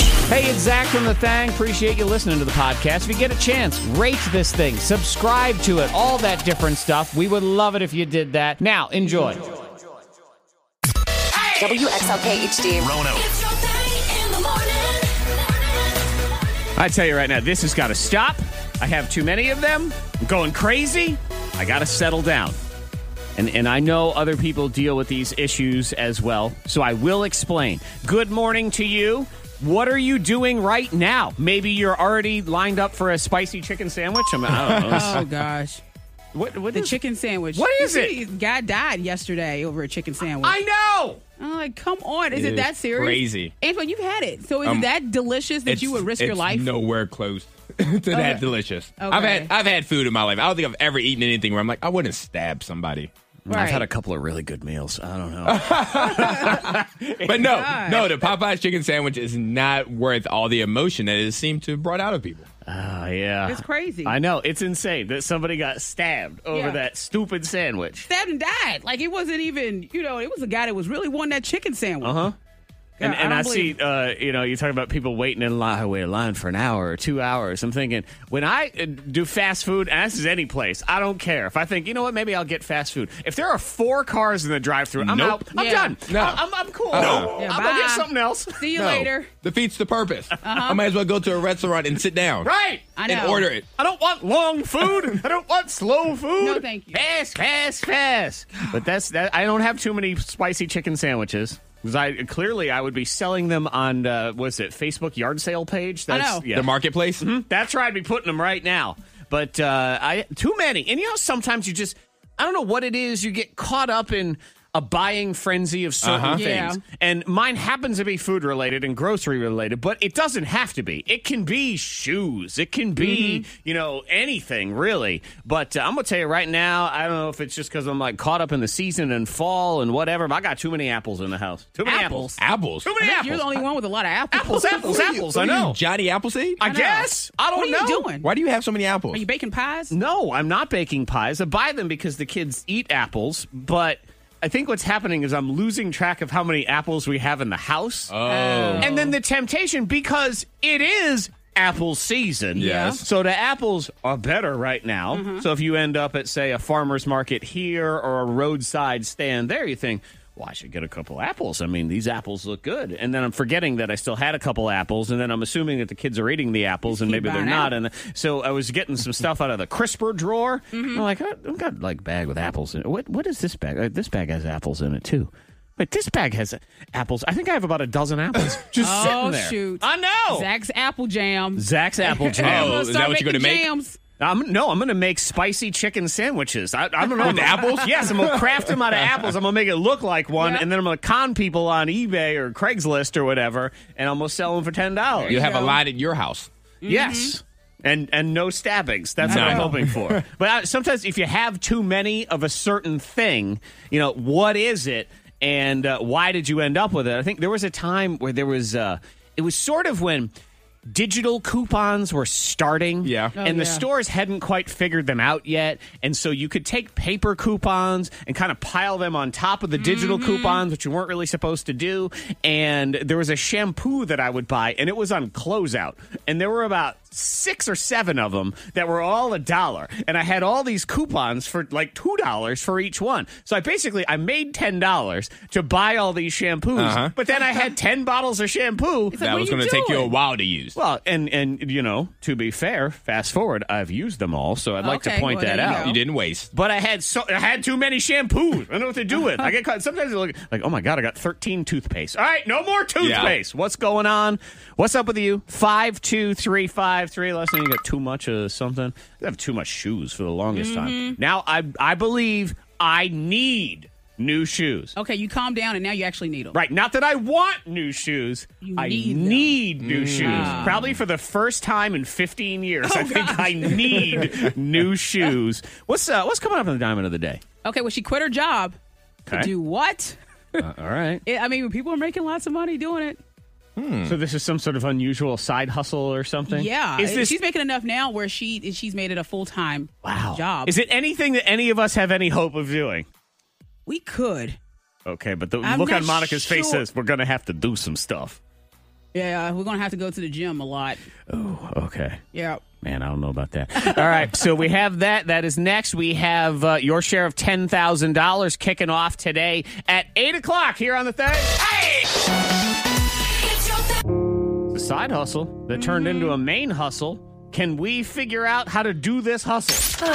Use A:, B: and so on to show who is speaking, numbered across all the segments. A: Hey, it's Zach from The Thang. Appreciate you listening to the podcast. If you get a chance, rate this thing, subscribe to it, all that different stuff. We would love it if you did that. Now, enjoy.
B: WXLK HD.
C: It's your thing in the morning.
A: I tell you right now, this has got to stop. I have too many of them. I'm going crazy. I got to settle down. And, and I know other people deal with these issues as well, so I will explain. Good morning to you. What are you doing right now? Maybe you're already lined up for a spicy chicken sandwich. I'm, I don't know.
D: Oh gosh,
A: what, what
D: the
A: is-
D: chicken sandwich.
A: What
D: You
A: is it?
D: see, Guy died yesterday over a chicken sandwich.
A: I know.
D: am like, come on, is
E: It
D: it,
E: is
D: that serious?
E: crazy.
D: Antoine, you've had it. So is
E: Um,
D: it that delicious that you would risk your
E: it's
D: life?
E: Nowhere close to that delicious. I've
D: Okay.
E: had I've had food in my life. I don't think I've ever eaten anything where I'm like I wouldn't stab somebody.
A: I've
D: Right.
A: had a couple of really good meals. I don't know.
E: But no, no, the Popeyes chicken sandwich is not worth all the emotion that it seemed to have brought out of people.
A: Oh, yeah.
D: It's crazy.
A: I know. It's insane that somebody got stabbed over
D: Yeah.
A: that stupid sandwich.
D: Stabbed and died. Like it wasn't even. You know, it was a guy that was really wanting that chicken sandwich.
A: Uh-huh. And,
D: Yeah, I
A: and
D: don't
A: I, see,
D: believe-
A: uh, you know, you talk about people waiting in line, I wait in line for an hour or two hours. I'm thinking, when I uh, do fast food, and this is any place, I don't care. If I think, you know what, maybe I'll get fast food. If there are four cars in the drive through I'm
E: Nope.
A: out. I'm
D: Yeah.
A: done.
E: No.
A: I- I'm, I'm cool.
E: Uh-uh.
D: Yeah,
A: I'm going to get
D: bye.
A: something else.
D: See you
E: No.
D: later. Uh-huh.
E: Defeats the purpose. I might as well go to a restaurant and sit down.
A: Right.
D: I know.
E: And order it.
A: I don't want long food. I don't want slow food.
D: No, thank you.
A: Fast, fast, fast. But that's that. I don't have too many spicy chicken sandwiches because I clearly I would be selling them on uh, what's it Facebook yard sale page.
D: I
A: That's,
D: know.
A: Yeah. Mm-hmm.
E: The marketplace.
A: That's where I'd be putting them right now. But uh, I too many. And you know, sometimes you just I don't know what it is. You get caught up in a buying frenzy of certain
E: Uh-huh.
D: Yeah.
A: things, and mine happens to be food related and grocery related, but it doesn't have to be. It can be shoes. It can be
D: Mm-hmm.
A: you know anything really. But uh, I'm gonna tell you right now, I don't know if it's just because I'm like caught up in the season and fall and whatever. But I got too many apples in the house. Too many apples.
D: Apples?
E: Apples.
A: Too many
D: I think You're
A: apples.
D: the only one with a lot of apples.
A: apples. Apples.
E: What are you-
A: Apples.
E: what
A: I
E: are you,
A: know.
E: Johnny Appleseed.
A: I guess. I don't
D: What are
A: know.
D: you doing?
E: Why do you have so many apples?
D: Are you baking pies?
A: No, I'm not baking pies. I buy them because the kids eat apples, but I think what's happening is I'm losing track of how many apples we have in the house. Oh. And then the temptation because it is apple season.
E: Yes.
A: So the apples are better right now. So if you end up at say a farmer's market here or a roadside stand there, you think well, I should get a couple apples. I mean, these apples look good. And then I'm forgetting that I still had a couple apples. And then I'm assuming that the kids are eating the apples and
D: Keep
A: maybe they're
D: buying
A: not. And so I was getting some stuff out of the crisper drawer. I'm like, I- I've got like bag with apples in it. What what is this bag? Uh, This bag has apples in it too. But this bag has apples. I think I have about a dozen apples just
D: Oh
A: sitting there.
D: shoot!
A: I know.
D: Zach's apple jam.
A: Zach's apple jam. Oh,
D: I'm gonna
E: is that
D: start
E: what you're gonna
D: making
E: make?
D: Jams.
A: I'm, no, I'm going to make spicy chicken sandwiches. I, I don't know.
E: With apples?
A: Yes, I'm going to craft them out of apples. I'm going to make it look like one,
D: Yeah.
A: and then I'm going to con people on eBay or Craigslist or whatever, and I'm going to sell them for ten dollars.
E: You have a
D: No.
E: line at your house.
A: Yes. And and no stabbings. That's what I'm
E: Mm-hmm. No.
A: hoping for. But I, sometimes if you have too many of a certain thing, you know what is it, and uh, why did you end up with it? I think there was a time where there was. Uh, it was sort of when digital coupons were starting.
E: Yeah.
D: Oh,
A: and the
D: yeah.
A: stores hadn't quite figured them out yet, and so you could take paper coupons and kind of pile them on top of the digital coupons, which you weren't really supposed to do. And there was a shampoo that I would buy, and it was on closeout, and there were about six or seven of them that were all a dollar, and I had all these coupons for like two dollars for each one. So I basically I made ten dollars to buy all these shampoos,
E: Uh-huh.
A: but then I had ten bottles of shampoo.
D: Like,
E: that
D: what
E: was
D: are you
E: gonna take you a
D: doing?
E: while to use.
A: Well, and and you know, to be fair, fast forward, I've used them all, so I'd like to
D: Okay,
A: point
D: well,
A: that
D: there you
A: out.
D: go.
E: you didn't waste.
A: But I had so I had too many shampoos. I don't know what to do with. I get caught. Sometimes I look like, oh my god, I got thirteen toothpaste. All right, no more toothpaste. What's going on? What's up with you? Five two three five three. Last night you got too much of something. I have too much shoes for the longest
D: Mm-hmm.
A: time. Now I I believe I need new shoes.
D: Okay, you calm down, and now you actually need them.
A: Right. Not that I want new shoes.
D: You
A: I
D: need them.
A: need Ah. new shoes. Probably for the first time in 15 years, I think I need new shoes. What's uh, what's coming up in the diamond of the day?
D: Okay, well, she quit her job
A: Okay.
D: to do what?
A: Uh, all right. Hmm.
D: It, I mean, people are making lots of money doing it.
A: So this is some sort of unusual side hustle or something.
D: Yeah,
A: Is this
D: she's making enough now where she she's made it a full time
A: wow?
D: job.
A: Is it anything that any of us have any hope of doing?
D: We could.
A: Okay, but the
D: I'm
A: look
D: not
A: on Monica's face
D: sure.
A: says we're going to have to do some stuff.
D: Yeah, we're gonna have to go to the gym a lot.
A: Oh, okay.
D: Yeah.
A: Man, I don't know about that. All right, so we have that. That is next. We have uh, your share of ten thousand dollars kicking off today at eight o'clock here on the thing.
C: It's your thing.
A: The side hustle that turned into a main hustle. Can we figure out how to do this hustle?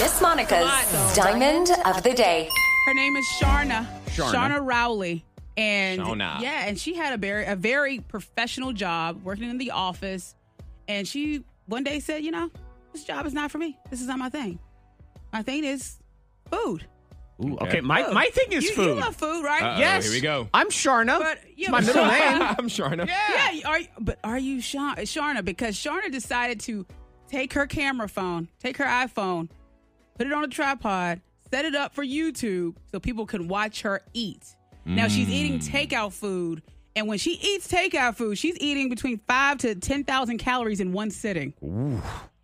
B: Miss Monica's Diamond of the Day.
D: Her name is Sharna.
A: Sharna.
D: Rowley. And
E: Shauna.
D: yeah, and she had a very a very professional job working in the office. And she one day said, you know, this job is not for me. This is not my thing. My thing is food.
A: Ooh, okay, my my thing is
D: Oh, you,
A: food.
D: You love food, Oh, right?
E: Uh-oh.
A: yes,
E: here we go.
A: I'm Sharna.
D: But,
A: it's
D: yeah,
A: my
D: but-
A: middle name.
E: I'm Sharna.
D: Yeah, you- are you- but are you Sha- Sharna? Because Sharna decided to take her camera phone, take her iPhone, put it on a tripod, set it up for YouTube so people can watch her eat. Now she's
E: Mm.
D: eating takeout food, and when she eats takeout food, she's eating between five to ten thousand calories in one sitting.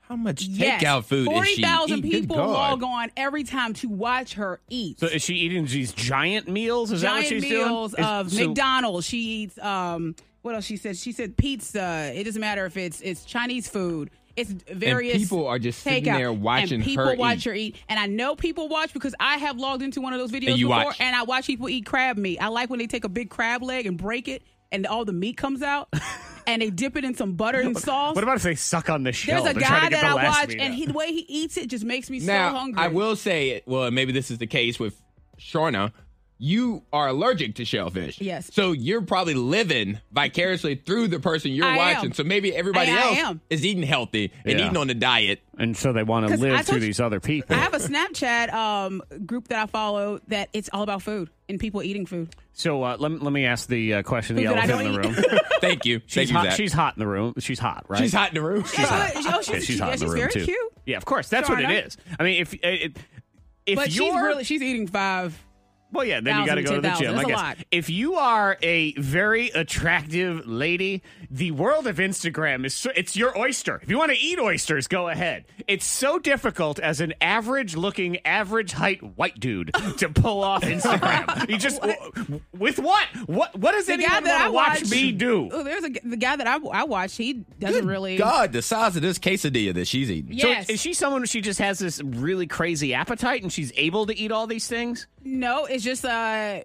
E: How much
D: Yes.
E: takeout food is she?
D: Forty thousand
E: eating? Good
D: people
E: God.
D: log on every time to watch her eat.
A: So is she eating these giant meals? Is that what
D: giant
A: she's
D: meals
A: doing? Is-
D: of
A: so-
D: McDonald's. She eats um what else she said? She said pizza. It doesn't matter if it's it's Chinese food. It's various
E: people are just sitting
D: takeout.
E: there watching
D: and people
E: her
D: watch
E: eat.
D: her eat. And I know people watch because I have logged into one of those videos
E: And you
D: before
E: watch.
D: and I watch people eat crab meat. I like when they take a big crab leg and break it and all the meat comes out and they dip it in some butter and sauce.
A: What about if they suck on the shell?
D: There's a
A: They're trying
D: guy
A: to get
D: that
A: the
D: I
A: last
D: watch
A: meat
D: and
A: out.
D: he, the way he eats it just makes me
E: now,
D: so hungry.
E: I will say it. Well, maybe this is the case with Sharna. You are allergic to shellfish.
D: Yes.
E: So you're probably living vicariously through the person you're
D: I am.
E: watching. So maybe everybody
D: I- I
E: else
D: am.
E: is eating healthy and
A: Yeah.
E: eating on a diet.
A: and so they want to
D: 'Cause I
A: live
D: told
A: through
D: you-
A: these other people.
D: I have a Snapchat um, group that I follow that it's all about food and people eating food.
A: so uh, let, me- let me ask the uh, question: of the
D: Food that I
A: elephant in the
D: don't
A: room.
E: Thank you.
A: She's
E: Thank you,
A: hot.
E: Zach.
A: She's hot in the room. She's hot, right?
E: She's hot in the room.
D: Yeah, but- oh, she's,
A: Yeah, she's hot
D: yeah,
A: in the
D: she's
A: room
D: very
A: too.
D: cute.
A: Yeah, of course. That's what
D: Sharna.
A: it is. I mean, if it, if
D: But
A: you're
D: she's really she's eating five.
A: well, yeah, then you got to go to the
D: 10,000.
A: gym. I
D: That's a
A: guess
D: lot.
A: if you are a very attractive lady, the world of Instagram is so, it's your oyster. If you want to eat oysters, go ahead. It's so difficult as an average-looking, average-height white dude to pull off Instagram. you just with what? What? What does
D: The guy
A: anyone want
D: that I
A: to watch,
D: watch-
A: me do?
D: Oh, there's a g- the guy that I, I watched. He doesn't really.
E: God, the size of this quesadilla that she's eating.
A: So
D: Yes.
A: is she someone who she just has this really crazy appetite and she's able to eat all these things?
D: no, it's just uh,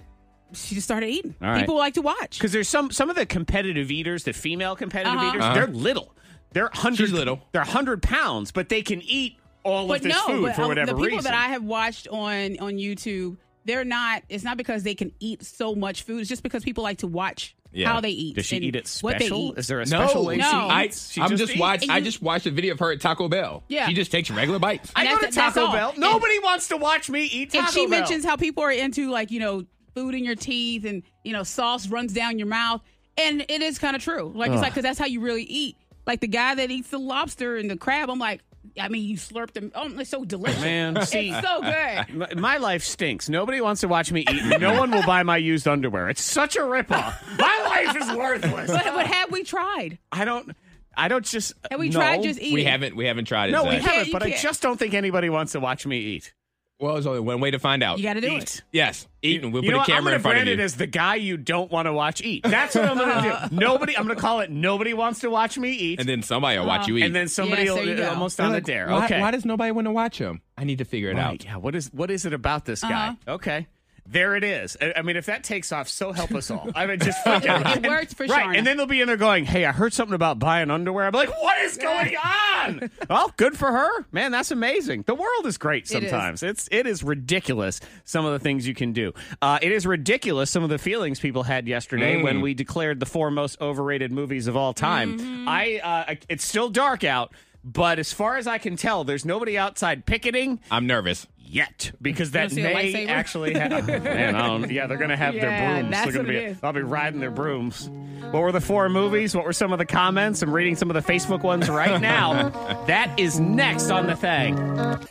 D: she just started eating.
A: All right.
D: People like to watch.
A: Because there's some some of the competitive eaters, the female competitive
D: Uh-huh.
A: eaters, they're little. They're hundred.
E: She's little.
A: They're hundred pounds, but they can eat all
D: But
A: of this
D: no,
A: food
D: but
A: for
D: uh,
A: whatever
D: the people
A: reason.
D: that I have watched on on YouTube, they're not. It's not because they can eat so much food. It's just because people like to watch
E: Yeah.
D: how they eat.
A: Does she
D: and
A: eat it
D: What they
A: special?
D: eat.
A: Is there a
E: No,
A: special way
D: No.
A: she
E: I,
A: eats? She
E: I'm just,
A: eats?
E: watch.
D: And
E: I
D: you-
E: just watched a video of her at Taco Bell.
D: Yeah.
E: she just takes regular bites.
A: I go to
D: That's- that's
A: Taco
D: all.
A: Bell.
D: And-
A: Nobody wants to watch me eat Taco
D: and she
A: Bell.
D: mentions how people are into like you know food in your teeth and you know sauce runs down your mouth and it is kind of true like it's like because that's how you really eat like the guy that eats the lobster and the crab i'm like i mean you slurp them oh it's so delicious
A: Man, see-
D: it's so good
A: My, my life stinks. Nobody wants to watch me eat. No one will buy my used underwear. It's such a ripoff. My life is worthless.
D: but, but have we tried
A: I don't. I don't just.
D: have we
A: no.
D: tried just eating
E: We haven't. We haven't tried it.
A: No, we
E: Zach.
D: can't-
A: haven't.
D: you
A: But I
D: can't.
A: just don't think anybody wants to watch me eat.
E: Well, there's only one way to find out.
D: you gotta do
A: Eat.
D: it
E: Yes, eating. We'll
A: you
E: put
A: know
E: a
A: what?
E: camera
A: I'm
E: in
A: gonna
E: front
A: brand
E: of you.
A: it as the guy you don't want to watch eat. That's what I'm gonna do. Nobody. I'm gonna call it. Nobody wants to watch me eat.
E: and then somebody will watch you eat.
A: Uh, And then somebody
D: Yes, there you
A: will,
D: go.
A: almost on the dare.
E: Why,
A: okay.
E: why does nobody want to watch him? I need to figure it
A: Right,
E: out.
A: yeah. What is what is it about this guy?
D: Uh-huh.
A: Okay. There it is. I, I mean, if that takes off, so help us all. I mean, just freaking.
D: It worked for
A: right.
D: Sharna.
A: And then they'll be in there going, "Hey, I heard something about buying underwear." I'm like, "What is going on?" well, good for her, man. That's amazing. The world is great
D: It is.
A: sometimes. It's it is ridiculous some of the things you can do. Uh, it is ridiculous some of the feelings people had yesterday
E: Mm.
A: when we declared the four most overrated movies of all time.
D: Mm-hmm.
A: I uh, it's still dark out. But as far as I can tell, there's nobody outside picketing
E: I'm nervous.
A: yet because that
D: Wanna see a
A: may
D: lightsaber?
A: actually happen. man, I don't, yeah, they're gonna have
D: Yeah,
A: their brooms.
D: that's
A: They're gonna
D: what
A: be.
D: it is.
A: I'll be riding their brooms. What were the four movies? What were some of the comments? I'm reading some of the Facebook ones right now. that is next on the thing.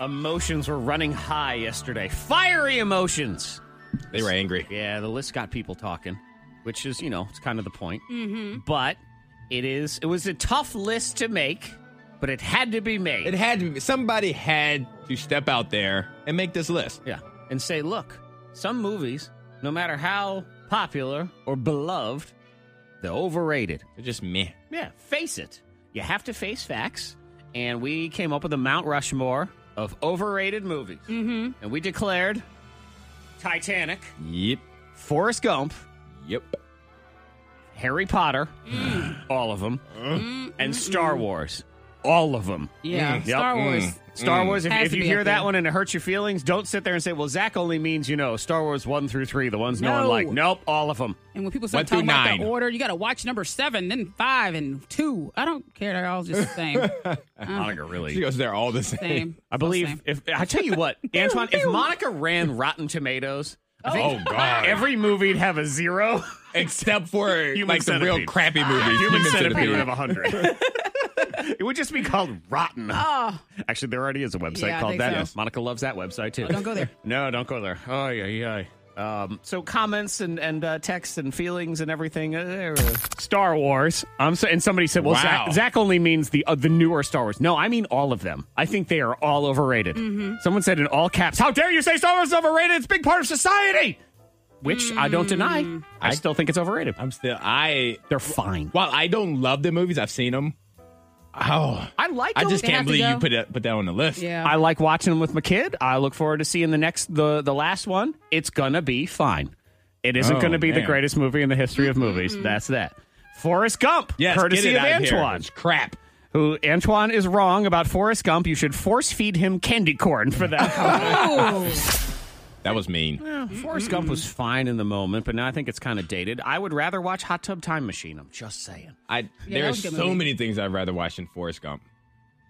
A: Emotions were running high yesterday. Fiery emotions.
E: They were angry.
A: Yeah, the list got people talking, which is you know it's kind of the point. Mm-hmm. But it is. It was a tough list to make, but it had to be made.
E: It had to be, somebody had to step out there and make this list.
A: Yeah. And say, look, some movies, no matter how popular or beloved, They're overrated.
E: They're just meh.
A: Yeah, face it. You have to face facts. And we came up with a Mount Rushmore of overrated movies. Mm-hmm. And we declared Titanic,
E: Yep.
A: Forrest Gump,
E: Yep.
A: Harry Potter,
D: Mm.
A: all of them, and Star Wars, all of them.
D: Yeah,
A: Mm.
D: Star
A: Yep.
D: Wars.
E: Mm.
A: Star Wars, if,
D: Has
A: if
D: to
A: you
D: be
A: hear
D: up
A: that
D: there.
A: one and it hurts your feelings, don't sit there and say, well, Zach only means, you know, Star Wars 1 through 3, the ones no, one
D: No.
A: liked. Nope, all of them.
D: And when people start
E: One through
D: talking about
E: nine.
D: the order, you got to watch number seven, then five, and two. I don't care. They're all just the same.
A: Monica really.
E: She goes, they're all the same.
D: same.
A: I believe if I tell you what, Antoine, if Monica ran Rotten Tomatoes, I think
E: Oh, God.
A: every movie'd have a zero.
E: Except for
A: Human
E: like the real
A: Centipede.
E: crappy movies.
A: Human Centipede
E: Centipede.
A: would have a hundred. it would just be called Rotten.
D: Oh,
A: Actually, there already is a website
D: Yeah, I
A: called
D: think
A: that.
D: so. Oh,
A: Yes. Monica loves that website too.
D: don't go there.
A: no, don't go there. Oh yeah, yeah. Um, so comments and and uh, texts and feelings and everything. Uh, uh, Star Wars. Um, so, and somebody said, "Well,
E: Wow.
A: Zach, Zach only means the uh, the newer Star Wars." No, I mean all of them. I think they are all overrated.
D: Mm-hmm.
A: Someone said in all caps, "How dare you say Star Wars is overrated? It's a big part of society." Which I don't deny.
D: Mm.
A: I, still think it's overrated.
E: I'm still I
A: They're fine.
E: while I don't love the movies, I've seen them. Oh,
A: I like.
E: I
A: them.
E: just
D: They have
E: can't
D: to
E: believe you
D: go.
E: put that, put that on the list.
D: yeah.
A: I like watching them with my kid. I look forward to seeing the next the the last one. It's gonna be fine. It isn't
E: Oh,
A: gonna be the
E: man.
A: greatest movie in the history of movies. That's that. Forrest Gump,
E: Yes,
A: courtesy
E: get it
A: of
E: out here.
A: Antoine.
E: It's crap.
A: Who Antoine is wrong about Forrest Gump. You should force feed him candy corn for that.
E: That was mean.
A: Yeah, Forrest Gump was fine in the moment, but now I think it's kind of dated. I would rather watch Hot Tub Time Machine. I'm just saying.
E: I
D: that
E: there's
D: was a good
E: so
D: movie.
E: many things I'd rather watch than Forrest Gump.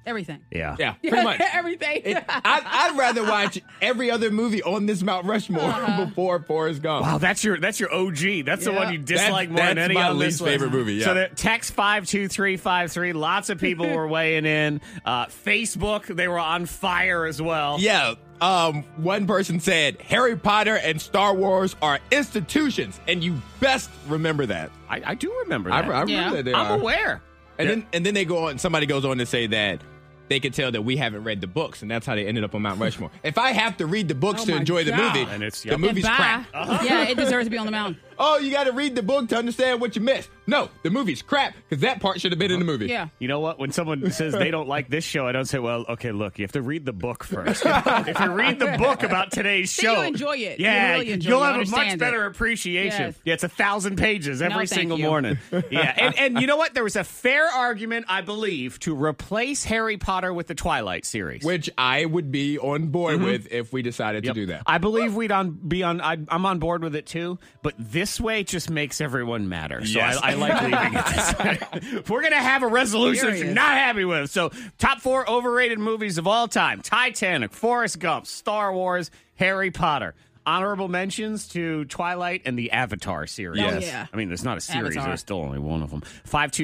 D: everything.
A: Yeah.
E: Yeah, pretty much.
D: everything.
E: It- I'd, I'd rather watch every other movie on this Mount Rushmore
D: Uh-huh.
E: before Forrest Gump.
A: Wow, that's your that's your OG. That's the
D: Yeah.
A: one you dislike
E: That's-
A: more than
E: that's
A: any
E: my
A: on this
E: least favorite
A: list.
E: movie, yeah.
A: So the text five two three five three. Lots of people were weighing in. Uh, Facebook, they were on fire as well.
E: Yeah. Um, one person said Harry Potter and Star Wars are institutions, and you best remember that.
A: I, I do remember
E: I, I
A: that.
E: remember
D: Yeah.
E: that they
A: I'm
E: are.
A: aware.
E: And then and then they go on. Somebody goes on to say that they could tell that we haven't read the books, and that's how they ended up on Mount Rushmore. if I have to read the books
D: Oh
E: to
D: my
E: enjoy the
D: God.
E: movie,
A: And it's-
E: the
A: yep.
E: movie's
D: Goodbye. Uh-huh.
E: crap.
D: Yeah, it deserves to be on the mountain.
E: Oh, you got to read the book to understand what you missed. No, the movie's crap because that part should have been in the
A: Uh-huh.
E: movie.
D: Yeah.
A: You know what? When someone says they don't like this show, I don't say, "Well, okay, look, you have to read the book first. if you read the book about today's
D: Then
A: show,
D: you enjoy it. You
A: Yeah,
D: really enjoy it.
A: will
D: You
A: have a much
D: understand it.
A: better appreciation.
D: Yes.
A: Yeah, it's a thousand pages every
D: No, thank
A: single
D: you.
A: morning. yeah, and, and you know what? There was a fair argument, I believe, to replace Harry Potter with the Twilight series.
E: Which I would be on board with if we decided
A: Yep.
E: to do that.
A: Mm-hmm. I believe we'd on be on. I, I'm on board with it too, but this way just makes everyone matter. So
E: Yes.
A: I, I like leaving it this way. We're gonna have a resolution if you're
D: Serious.
A: not happy with. So top four overrated movies of all time: Titanic, Forrest Gump, Star Wars, Harry Potter. Honorable mentions to Twilight and the Avatar series.
D: Yes. yeah.
A: I mean, there's not a series.
D: Avatar.
A: There's still only one of them.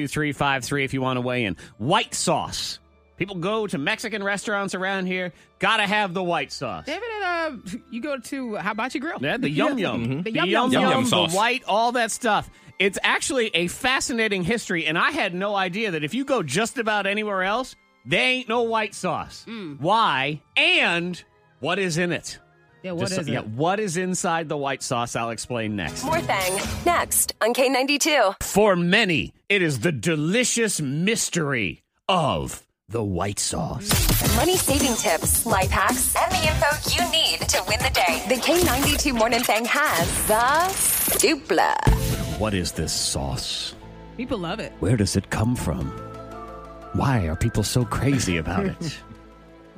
A: 52353 if you want to weigh in. White sauce. People go to Mexican restaurants around here. Gotta have the white sauce.
D: David, uh, you go to Hibachi Grill.
A: Yeah, the yum yum,
D: Mm-hmm. The yum yum.
E: Yum yum
A: the
E: sauce.
A: white, all that stuff. It's actually a fascinating history, and I had no idea that if you go just about anywhere else, they ain't no white sauce.
D: Mm.
A: Why and what is in it?
D: Yeah, what is
A: Just-
D: it?
A: yeah, what is inside the white sauce? I'll explain next.
B: More thing next on K92.
A: For many, it is the delicious mystery of the white sauce.
B: Money saving tips, life hacks, and the info you need to win the day. The K92 Morning Thing has the dupla.
A: What is this sauce?
D: People love it.
A: Where does it come from? Why are people so crazy about it?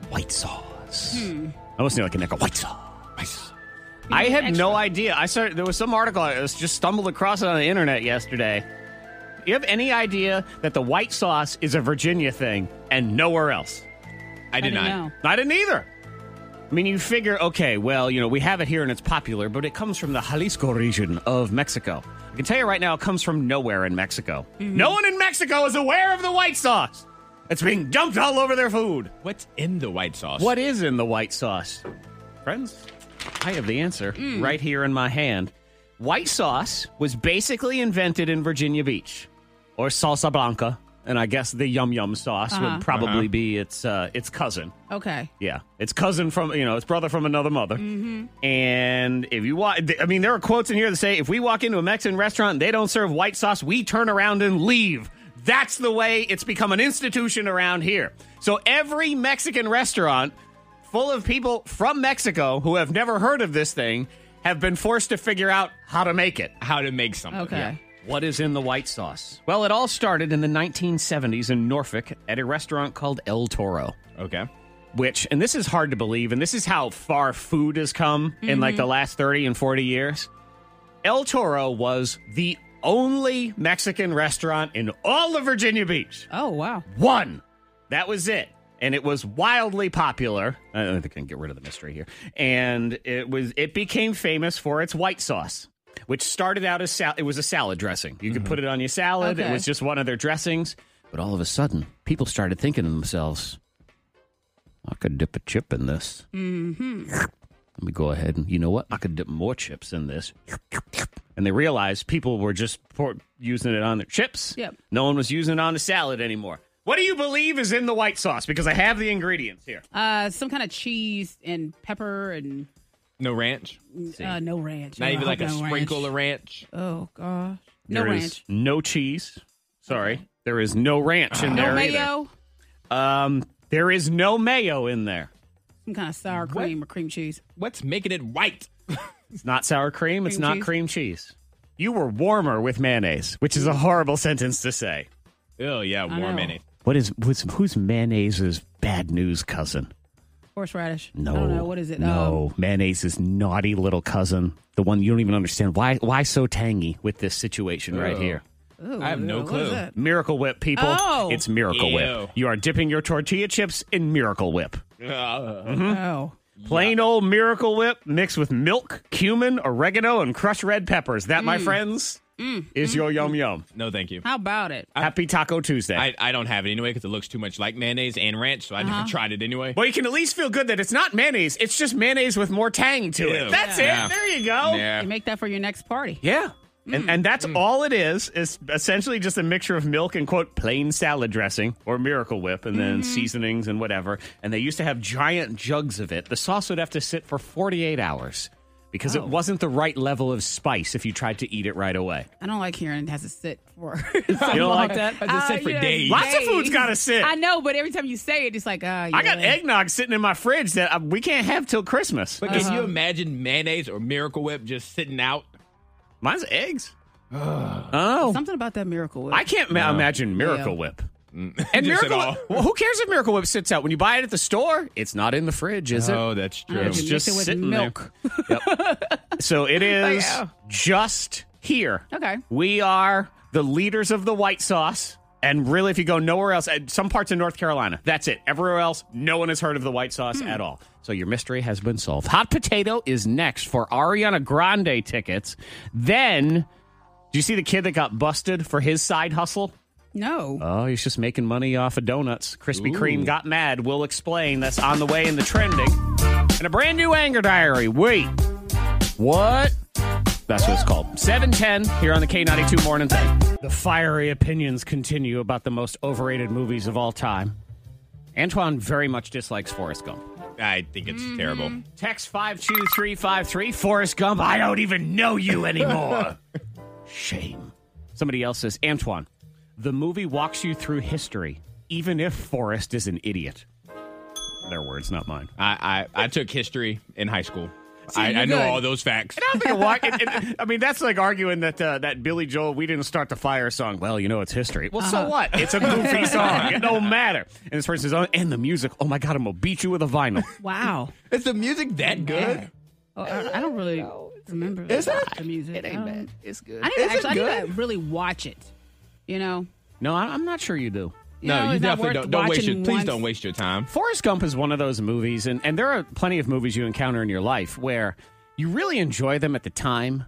A: White sauce. I was like an echo. White sauce. I had no idea. I started. There was some article I was- just stumbled across it on the internet yesterday. You have any idea that the white sauce is a Virginia thing and nowhere else?
E: I did
D: I
E: not.
D: don't know.
A: I didn't either. I mean, you figure, okay, well, you know, we have it here and it's popular, but it comes from the Jalisco region of Mexico. I can tell you right now, it comes from nowhere in Mexico. No one in Mexico is aware of the white sauce. It's being dumped all over their food.
E: What's in the white sauce?
A: What is in the white sauce? Friends, I have the answer right here in my hand. White sauce was basically invented in Virginia Beach, or salsa blanca, and I guess the yum yum sauce would probably be its uh, its cousin.
D: Okay.
A: Yeah, it's cousin from you know it's brother from another mother. And if you walk, I mean, there are quotes in here that say, "If we walk into a Mexican restaurant and they don't serve white sauce, we turn around and leave." That's the way it's become an institution around here. So every Mexican restaurant full of people from Mexico who have never heard of this thing have been forced to figure out how to make it.
E: How to make something.
D: Okay.
A: What is in the white sauce? Well, it all started in the 1970s in Norfolk at a restaurant called El Toro
E: Okay.
A: which and this is hard to believe and this is how far food has come in like the last 30 and 40 years el toro was the only mexican restaurant in all of virginia beach
D: Oh wow.
A: one that was it and it was wildly popular i don't think i can get rid of the mystery here and it was it became famous for its white sauce which started out as sal- it was a salad dressing you could put it on your salad it
D: Okay.
A: was just one of their dressings but all of a sudden people started thinking to themselves I could dip a chip in this. Mm-hmm. Let me go ahead and you know what? I could dip more chips in this. And they realized people were just pour, using it on their chips.
D: Yep.
A: No one was using it on the salad anymore. What do you believe is in the white sauce? Because I have the ingredients here.
D: Uh, some kind of cheese and pepper and
E: No ranch.
D: uh, no ranch.
E: Not
D: Oh,
E: even
D: I
E: like a
D: hope no
E: sprinkle
D: ranch.
E: of ranch.
D: Oh gosh. No
A: There is
D: ranch.
A: no cheese. Sorry. There is no ranch in there
D: no
A: either.
D: mayo.
A: Um, there is no mayo in there.
D: Some kind of sour cream or cream cheese.
E: What's making it white?
A: It's not sour cream. it's
D: Cream
A: not
D: cheese.
A: cream cheese. You were warmer with mayonnaise, which is a horrible sentence to say.
E: Oh yeah, warm
D: know.
E: in it.
A: What is who's, who's mayonnaise is bad news cousin?
D: Horseradish.
A: No,
D: I don't know. What is it? Um,
A: No, mayonnaise is naughty little cousin. The one you don't even understand. Why why so tangy with this situation right
E: Ew.
A: here?
D: Ooh,
E: I have no
D: what is
E: clue.
D: that?
A: Miracle Whip people.
D: Oh.
A: It's Miracle Whip.
E: Ew.
A: You are dipping your tortilla chips in Miracle Whip.
E: Uh,
D: Oh,
A: Plain old Miracle Whip mixed with milk, cumin, oregano, and crushed red peppers. That,
D: Mm.
A: my friends, is your yum yum.
E: no, thank you.
D: how about it?
A: Happy Taco Tuesday.
E: I, I don't have it anyway because it looks too much like mayonnaise and ranch, so I never
D: Uh-huh.
E: tried it anyway.
A: well, you can at least feel good that it's not mayonnaise. It's just mayonnaise with more tang to it.
E: Ew.
A: That's
E: Yeah.
A: it. There you go.
E: Yeah.
D: You make that for your next party.
A: Yeah.
E: Hmm.
A: And, and that's all it is is essentially just a mixture of milk and quote plain salad dressing or miracle whip and then
E: Mm-hmm.
A: seasonings and whatever and they used to have giant jugs of it the sauce would have to sit for 48 hours because
E: Oh.
A: it wasn't the right level of spice if you tried to eat it right away
D: I don't like hearing it has to sit for.
A: you don't like that
E: I just said for
D: you know,
E: days.
A: Lots of food's gotta sit.
D: Uh, I know, but every time you say it, it's like, uh,
A: i got eggnog sitting in my fridge that I, we can't have till christmas
E: But
D: Uh-huh.
E: can you imagine mayonnaise or Miracle Whip just sitting out?
A: mine's eggs oh
D: Something about that miracle. Whip.
A: I can't ma- imagine Miracle
D: Yeah.
A: Whip. And
E: Mm. Just
A: Miracle
E: at all.
A: Whip, well, who cares if Miracle Whip sits out? When you buy it at the store, it's not in the fridge, is it?
E: that's
D: true.
A: It's
D: You mix
A: just
D: it with
A: sitting
D: milk. Oh,
A: there. Yep. so it is
D: yeah.
A: just here.
D: Okay.
A: We are the leaders of the white sauce. And really, if you go nowhere else, uh, some parts in North Carolina, that's it. Everywhere else, no one has heard of the white sauce
D: Hmm.
A: at all. So your mystery has been solved. Hot potato is next for Ariana Grande tickets. Then, do you see the kid that got busted for his side hustle?
D: No.
A: Oh, he's just making money off of donuts. Krispy Kreme
E: Ooh.
A: got mad. We'll explain. That's on the way in the trending. And a brand new anger diary. Wait. What? That's what it's called. 710 here on the K92 Morning Thing. The fiery opinions continue about the most overrated movies of all time. Antoine very much dislikes Forrest Gump.
E: I think it's
D: Mm-hmm.
E: terrible.
A: Text 52353 Forrest Gump, I don't even know you anymore. Shame. Somebody else says, Antoine, the movie walks you through history, even if Forrest is an idiot. Their words, not mine.
E: I, I, I took history in high school. I,
D: you're
E: I know
D: good.
E: all those facts.
A: I don't think it walk- it- it- I mean, that's like arguing that uh, that Billy Joel, we didn't start the fire song. Well, you know, it's history. Well, so what? It's a goofy song. It don't matter. And this person says, oh, and the music. Oh my God, I'm going to beat you with a vinyl.
D: Wow.
E: Is the music that good?
D: Oh, I, I don't really remember
E: Is
D: the,
E: it?
D: the music. It ain't bad.
A: it's good.
D: I need to
E: Is it
D: actually, I need to
E: good?
D: really watch it. You know.
A: No, I- I'm not sure you do.
D: You know,
E: no, you
D: it's not
E: definitely
D: worth
E: don't. Don't waste your.
D: watching
E: Please
D: once.
E: don't waste your time.
A: Forrest Gump is one of those movies, and, and there are plenty of movies you encounter in your life where you really enjoy them at the time,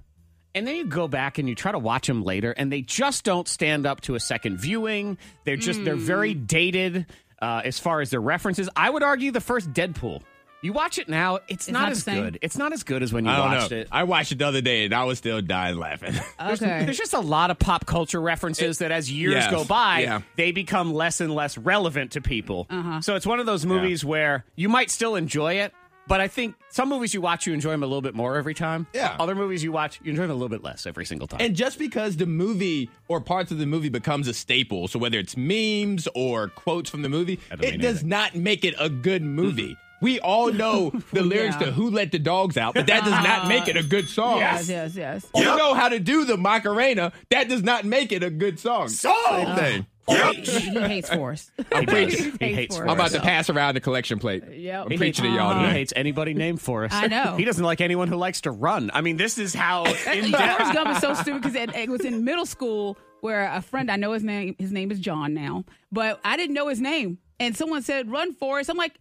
A: and then you go back and you try to watch them later, and they just don't stand up to a second viewing.
D: Hmm.
A: They're just they're very dated uh, as far as their references. I would argue the first Deadpool You watch it now, it's, not,
D: not the
A: as
D: same?
A: good. It's not as good as when you
E: I don't
A: watched
E: know.
A: it.
E: I watched it the other day and I was still dying laughing.
A: There's,
D: Okay.
A: there's just a lot of pop culture references that as years
E: Yes,
A: go by,
E: yeah.
A: they become less and less relevant to people.
D: Uh-huh.
A: So it's one of those movies where you might still enjoy it, but I think some movies you watch, you enjoy them a little bit more every time.
E: Yeah.
A: Other movies you watch, you enjoy them a little bit less every single time.
E: And just because the movie or parts of the movie becomes a staple, so whether it's memes or quotes from the movie,
A: That don't
E: it
A: mean Mm-hmm.
E: does
A: anything.
E: not make it a good movie. We all know the lyrics to Who Let the Dogs Out, but that does
A: Ah.
E: not make it a good song.
D: Yes, yes, yes.
E: You know how to do the Macarena, that does not make it a good song.
D: Oh.
E: Same thing.
D: He he hates force.
A: he, does. he
D: Pays
A: hates
D: for
A: for
D: it.
E: I'm about to
A: it.
E: pass around the collection plate.
D: Yep.
E: I'm preaching to y'all
A: He
E: today.
A: hates anybody named Forrest.
D: I know.
A: He doesn't like anyone who likes to run. I mean, this is how in depth.
D: Forrest Gump is so stupid because it, it was in middle school where a friend I know his name his name is John now, but I didn't know his name, and someone said "Run, Forrest." I'm like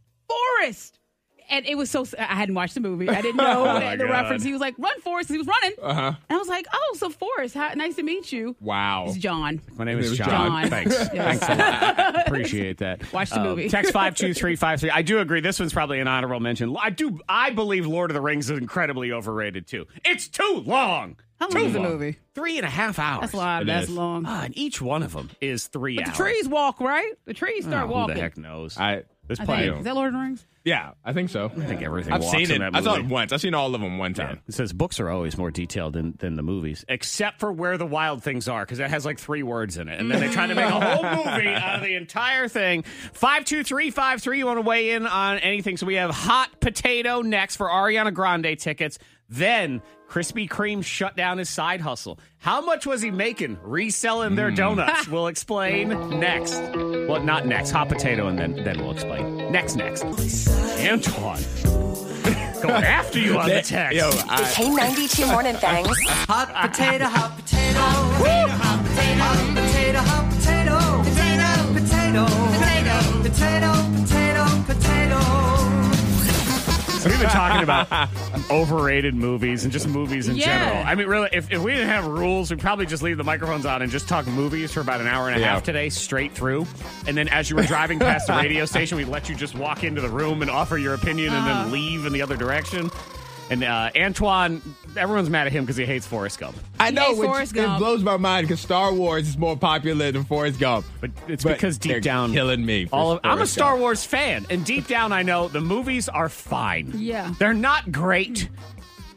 D: Forrest, and it was so I hadn't watched the movie. I didn't know
A: Oh my
D: the, the
A: God.
D: reference. He was like "Run, Forrest," 'cause he was running, uh-huh. and I was like, "Oh, so Forrest, how, nice to meet you."
E: Wow.
D: It's John.
A: My name
E: It
A: is
E: was
A: John.
E: John.
A: Thanks.
D: Yes.
A: Thanks a lot. Appreciate that. Um,
D: Watch the movie.
A: Text five two three five three. I do agree. This one's probably an honorable mention. I do. I believe Lord of the Rings is incredibly overrated too. It's too long.
D: How long
A: Too
D: is the
A: long.
D: movie?
A: Three and a half hours.
D: That's a lot.
E: It
D: That's
E: is.
D: long.
A: Ah, and each one of them is three
D: but the
A: hours.
D: trees walk right. The trees
A: Oh,
D: start walking.
A: Who the heck knows?
E: I,
A: There's
D: I
A: plenty
D: think.
A: of them.
D: Is that Lord of the Rings?
E: yeah, I think so.
A: I think everything
E: I've
A: walks
E: seen
A: in
E: it.
A: that
E: I saw it
A: movie.
E: once. I've seen all of them one
A: Yeah.
E: time.
A: It says books are always more detailed than, than the movies, except for where the wild things are, because that has like three words in it. And then they try to make a whole movie out of the entire thing. 52353, you want to weigh in on anything? So we have Hot Potato next for Ariana Grande tickets. Then Krispy Kreme shut down his side hustle. How much was he making reselling
E: Hmm.
A: their donuts? we'll explain next. Well, not next. Hot Potato, and then, then we'll explain. Next, next. Anton. Going after you on the
E: That-
A: text.
E: Yo,
B: The
E: I,
B: K92 Morning Things.
F: Hot potato, hot potato, hot potato, hot potato, hot potato, potato, potato, potato, potato, potato, potato.
A: We've been talking about overrated movies and just movies in
D: Yeah.
A: general. I mean, really, if, if we didn't have rules, we'd probably just leave the microphones on and just talk movies for about an hour and a
E: Yeah.
A: half today, straight through. And then as you were driving past the radio station, we'd let you just walk into the room and offer your opinion and then leave in the other direction. And uh, Antoine, everyone's mad at him because he hates Forrest Gump.
E: I know
D: hates Forrest
E: which,
D: Gump.
E: it blows my mind because Star Wars is more popular than Forrest Gump.
A: But it's
E: But
A: because
E: they're
A: deep down,
E: killing me for
A: All of, I'm a
E: Forrest
A: Star
E: Gump.
A: Wars fan, and deep down, I know the movies are fine.
D: Yeah.
A: they're not great.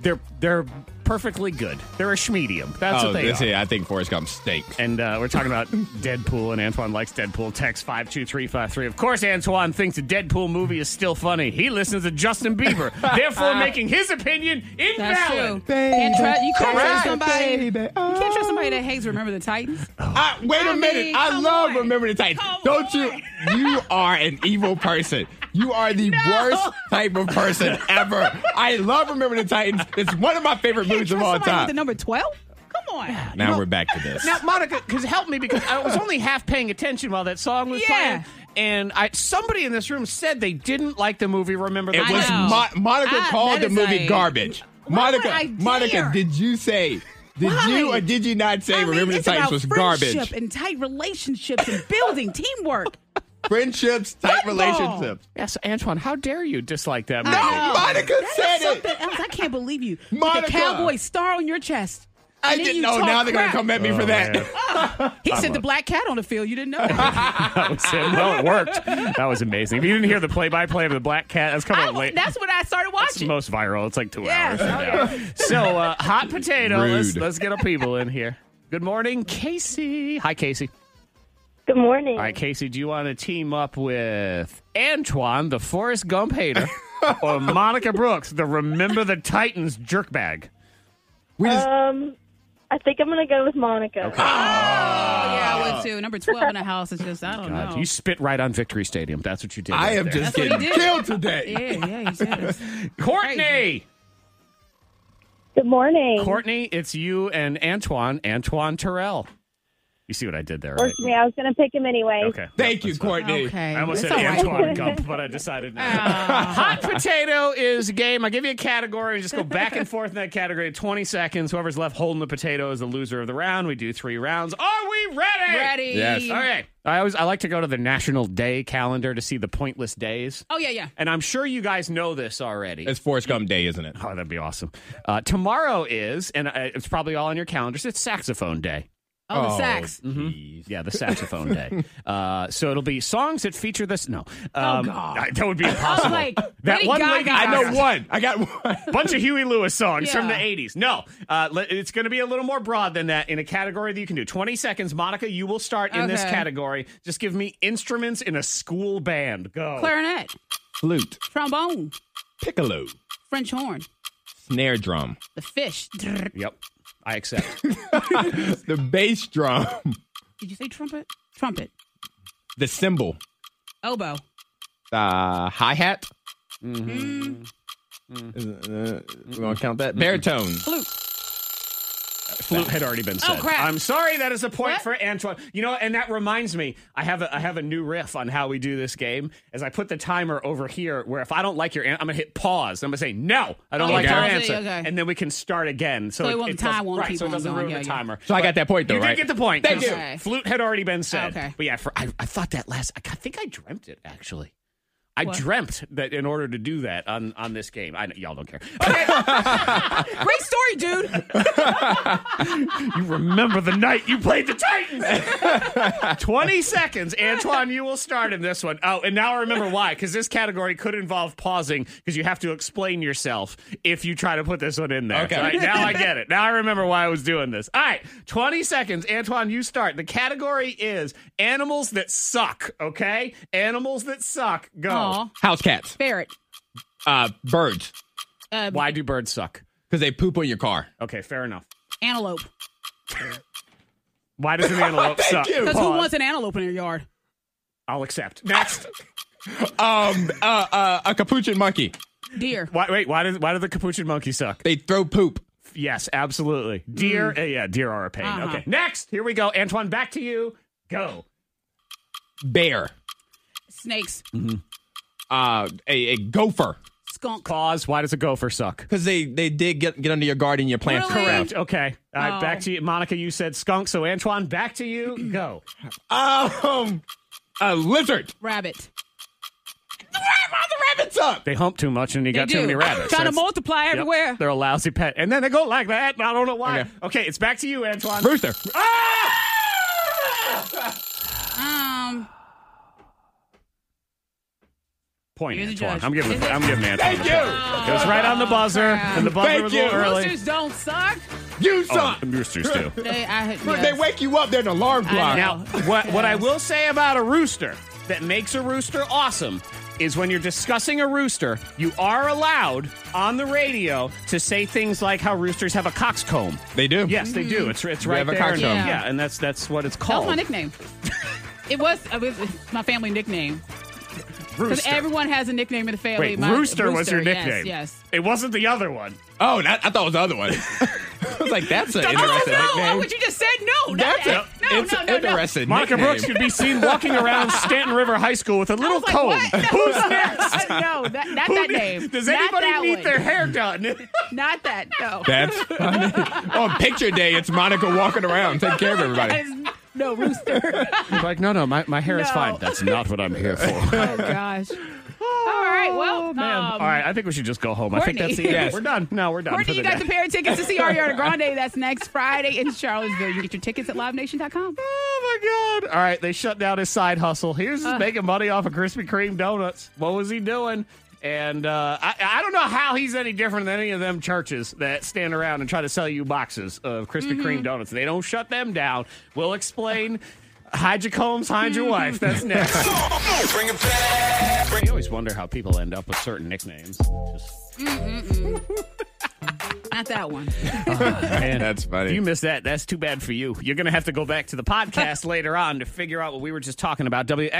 A: They're they're perfectly good. They're a schmedium. That's
E: oh,
A: what they
E: this
A: are.
E: I think Forrest Gump stinks.
A: And uh, we're talking about Deadpool, and Antoine likes Deadpool. Text five two three five three. Of course, Antoine thinks a Deadpool movie is still funny. He listens to Justin Bieber, therefore making his opinion
D: That's
A: invalid.
D: true. Can't tru- you can't trust
E: Correct.
D: somebody.
E: Baby. Oh.
D: You can't trust somebody that hates Remember the Titans.
E: I, wait a
D: I
E: minute.
D: mean,
E: I
D: come
E: love
D: on.
E: Remember the Titans.
D: Come
E: Don't
D: on.
E: you? You are an evil person. You are the worst type of person ever. I love Remember the Titans. It's one of my favorite
D: Can't
E: movies
D: trust
E: of all
D: somebody with
E: time.
D: The number twelve. Come on.
E: now we're back to this.
A: Now, Monica, because help me because I was only half paying attention while that song was
D: Yeah.
A: playing, and I somebody in this room said they didn't like the movie. Remember, the
E: It was
A: Titans.
D: know.
E: Mo- Monica
D: I- that
E: called the
D: is
E: movie
D: like-
E: garbage.
D: Why
E: Monica,
D: would I dare?
E: Monica, did you say? Did
D: Why?
E: you or did you not say?
D: I mean,
E: Remember the
D: it's
E: Titans
D: about
E: was
D: friendship
E: garbage.
D: and tight relationships and building teamwork.
E: Friendships, tight
D: Football.
E: relationships.
A: Yes, Antoine, how dare you dislike that movie?
E: No,
D: know.
E: Monica
D: That is
E: said it.
D: something else. I can't believe you. With
E: Monica.
D: the cowboy star on your chest.
E: I
D: And then
E: didn't
D: you
E: know.
D: talk
E: Now they're gonna
D: crap.
E: come at me for that.
A: Oh, man.
D: He sent the black cat on the field. You didn't know. that.
A: That was it. Well, it worked. That was amazing. If you didn't hear the play-by-play of the Black Cat, that's coming
D: I,
A: up late.
D: that's when I started
A: It's the
D: watching.
A: most viral. It's like two
D: Yes.
A: hours. from now. So, uh, hot potato. Let's,
E: Rude.
A: let's get a people in here. Good morning, Casey. Hi, Casey.
G: Good morning.
A: All right, Casey, do you want to team up with Antoine, the Forrest Gump hater, or Monica Brooks, the Remember the Titans jerkbag?
E: We just
G: Um, I think I'm gonna go with Monica.
D: Oh, yeah, I would too. Number 12 in the house is just, I don't
A: God,
D: know.
A: you spit right on Victory Stadium. That's what you did.
E: I
A: right
E: am
A: there.
E: just
D: That's what
E: getting
D: he did.
E: killed today.
D: yeah, yeah, you said it.
A: Courtney.
D: crazy.
G: Good morning.
A: Courtney, it's you and Antoine, Antoine Terrell. You see what I did there, right?
G: Forced me. I was going to pick him anyway.
A: Okay.
E: Thank
A: Yeah,
E: you,
A: that's fine.
E: Courtney.
D: Okay.
A: I almost
D: It's
A: said
D: all right.
A: Antoine Gump, but I decided not. Hot potato is a game. I give you a category. We just go back and forth in that category. 20 seconds. Whoever's left holding the potato is the loser of the round. We do three rounds. Are we ready?
D: Ready.
E: Yes.
A: All right. I always I like to go to the National Day calendar to see the pointless days.
D: Oh yeah, yeah.
A: And I'm sure you guys know this already.
E: It's Forrest Gump Day, isn't it?
A: Oh, that'd be awesome. Uh, tomorrow is, and uh, it's probably all on your calendars, it's Saxophone Day.
D: Oh, the sax. Mm-hmm.
E: jeez.
A: Yeah, the saxophone day. Uh, so it'll be songs that feature this. No, um,
D: Oh, God.
A: I- that would be impossible.
D: like,
A: that
D: Lady
A: one,
D: Gaga.
A: lady-
E: I
A: I
E: know
A: know.
E: one. I got one.
A: Bunch of Huey Lewis songs from the
D: Yeah.
A: '80s. No, uh, le- it's going to be a little more broad than that in a category that you can do. 20 seconds, Monica. You will start in this
D: Okay.
A: category. Just give me instruments in a school band. Go.
D: Clarinet,
E: Flute,
D: trombone,
E: piccolo,
D: French horn,
E: snare drum,
D: the fish. Did
A: Yep, I accept.
E: the bass drum,
D: you say trumpet? Trumpet.
E: the cymbal,
D: Oboe.
E: the Mm-hmm. hi hat.
D: Mm.
E: uh, We're
D: Mm-hmm.
E: gonna count that baritone.
D: Flute.
A: Flute had already been said.
D: Oh, crap.
A: I'm sorry, that is a point
D: What?
A: for Antoine. You know, and that reminds me, I have a I have a new riff on how we do this game. As I put the timer over here, where if I don't like your answer, I'm gonna hit pause. I'm gonna say no, I don't
D: Oh,
A: like
E: okay.
A: your
E: Okay,
A: answer,
D: okay.
A: and then we can start again. So,
D: So
A: it,
D: it won't-
A: it
D: the time
A: doesn't-
D: won't
A: right,
D: keep
A: so it
D: on
A: doesn't
D: going.
A: ruin
D: Yeah,
A: the
D: yeah.
A: timer.
E: So I got that point, though,
A: You
E: right?
A: did get the point.
E: Thank
A: 'cause
E: you.
D: Okay.
A: Flute had already been said.
D: Okay.
A: But yeah, for, I, I thought that last. I, I think I dreamt it actually. I
D: What?
A: dreamt that in order to do that on, on this game, I know, y'all don't care.
D: Great story, dude.
A: You remember the night you played the Titans. 20 seconds. Antoine, you will start in this one. Oh, and now I remember why, because this category could involve pausing because you have to explain yourself if you try to put this one in there.
E: Okay.
A: All right, now I get it. Now I remember why I was doing this. All right, 20 seconds. Antoine, you start. The category is animals that suck, okay? Animals that suck. Go.
D: Aw.
E: House cats,
D: Ferret.
E: uh, birds,
D: Uh,
A: Why do birds suck?
E: because they poop on your car.
A: Okay, fair enough.
D: Antelope.
A: Why does an antelope suck?
E: you.
D: Because who
A: Pause.
D: wants an antelope in their yard?
A: I'll accept. Next.
E: Um, uh, uh, a capuchin monkey.
D: Deer.
A: Why, wait, why does why do the capuchin monkey suck?
E: They throw poop.
A: Yes, absolutely. Deer, uh, yeah, deer are a pain.
D: Mm. Uh-huh.
A: Okay, next, here we go. Antoine, back to you. Go.
E: Bear,
D: Snakes.
E: uh, a, a gopher,
D: Skunk.
A: Pause. Why does a gopher suck?
E: because they they dig get get under your garden, your plants.
D: Really?
A: Correct. Okay. All right,
D: Oh.
A: back to you, Monica. You said skunk, so Antoine, back to you. Go.
E: Um, a lizard.
D: Rabbit.
E: Rabbits up.
A: They hump too much, and you got
D: They
A: too
D: do.
A: many rabbits.
D: Trying to
A: That's-
D: multiply
A: Yep,
D: everywhere.
A: They're a lousy pet, and then they go like that. and I don't know why. Okay,
E: Okay.
A: it's back to you, Antoine.
E: Rooster. Ah!
D: Um.
A: Point,
D: You're the
A: Antoine.
D: judge.
A: I'm giving. I'm giving Antoine.
E: Thank you.
A: It
D: Oh.
A: was right on the buzzer, and the buzzer
E: Thank
A: was a little
E: you.
A: early.
D: Roosters don't suck.
E: You
A: Oh,
E: suck.
A: roosters do.
D: They, I,
E: Look,
D: yes.
E: They wake you up. They're an alarm clock.
A: Now, what what I will say about a rooster that makes a rooster awesome is when you're discussing a rooster, you are allowed on the radio to say things like how roosters have a coxcomb.
E: they do.
A: Yes, they do. It's it's
E: They
A: right
E: have a
A: there.
E: coxcomb.
A: Yeah.
D: Yeah.
A: and that's that's what it's
D: That was
A: called.
D: my nickname. it was, it was it's my family nickname. Because
A: Rooster.
D: everyone has a nickname in the family.
A: Wait,
D: My-
A: rooster, was your
D: yes,
A: nickname.
D: Yes.
A: It wasn't the other one.
E: Oh, that, I thought it was the other one. I was like, that's an
D: Oh,
E: interesting
D: no.
E: nickname.
D: What you just said? No. not
E: that's
D: that.
E: a-
D: No,
E: it's
D: no,
E: an
D: no, no.
E: interesting
A: Monica
E: nickname.
A: Brooks could be seen walking around Stanton River High School with a
D: I
A: little
D: was like,
A: comb.
D: what? No,
A: Who's next?
D: no, that, not
A: Who
D: that
A: ne-
D: name.
A: Does
D: Not
A: anybody
D: that
A: need
D: one.
A: their hair done?
D: Not that. No.
E: That's funny. On picture day, it's Monica walking around, taking care of
D: That
E: everybody.
D: is- no rooster.
A: like, no, no, my, my hair
D: is No. fine.
A: That's not what I'm here for.
D: oh gosh. All right. Well, um,
A: All right, I think we should just go home. I think that's the
D: Courtney.
A: end.
E: Yes.
A: We're done. No, we're done.
D: Courtney,
A: for
D: you
A: the
D: got
A: day.
D: the pair of tickets to see Ariana Grande. That's next Friday in Charlottesville. You can get your tickets at LiveNation.com.
A: Oh my God! All right, they shut down his side hustle. Here's
D: Uh.
A: just making money off of Krispy Kreme donuts. What was he doing? And uh, I, I don't know how he's any different than any of them churches that stand around and try to sell you boxes of Krispy
D: Mm-hmm.
A: Kreme donuts. They don't shut them down. We'll explain. Hide your combs, hide
D: Mm-hmm.
A: your wife. That's next.
F: Bring it back.
A: I always wonder how people end up with certain nicknames. Just,
D: Not that one.
A: man.
E: That's funny.
A: If you missed that, that's too bad for you. You're going to have to go back to the podcast later on to figure out what we were just talking about. WXLK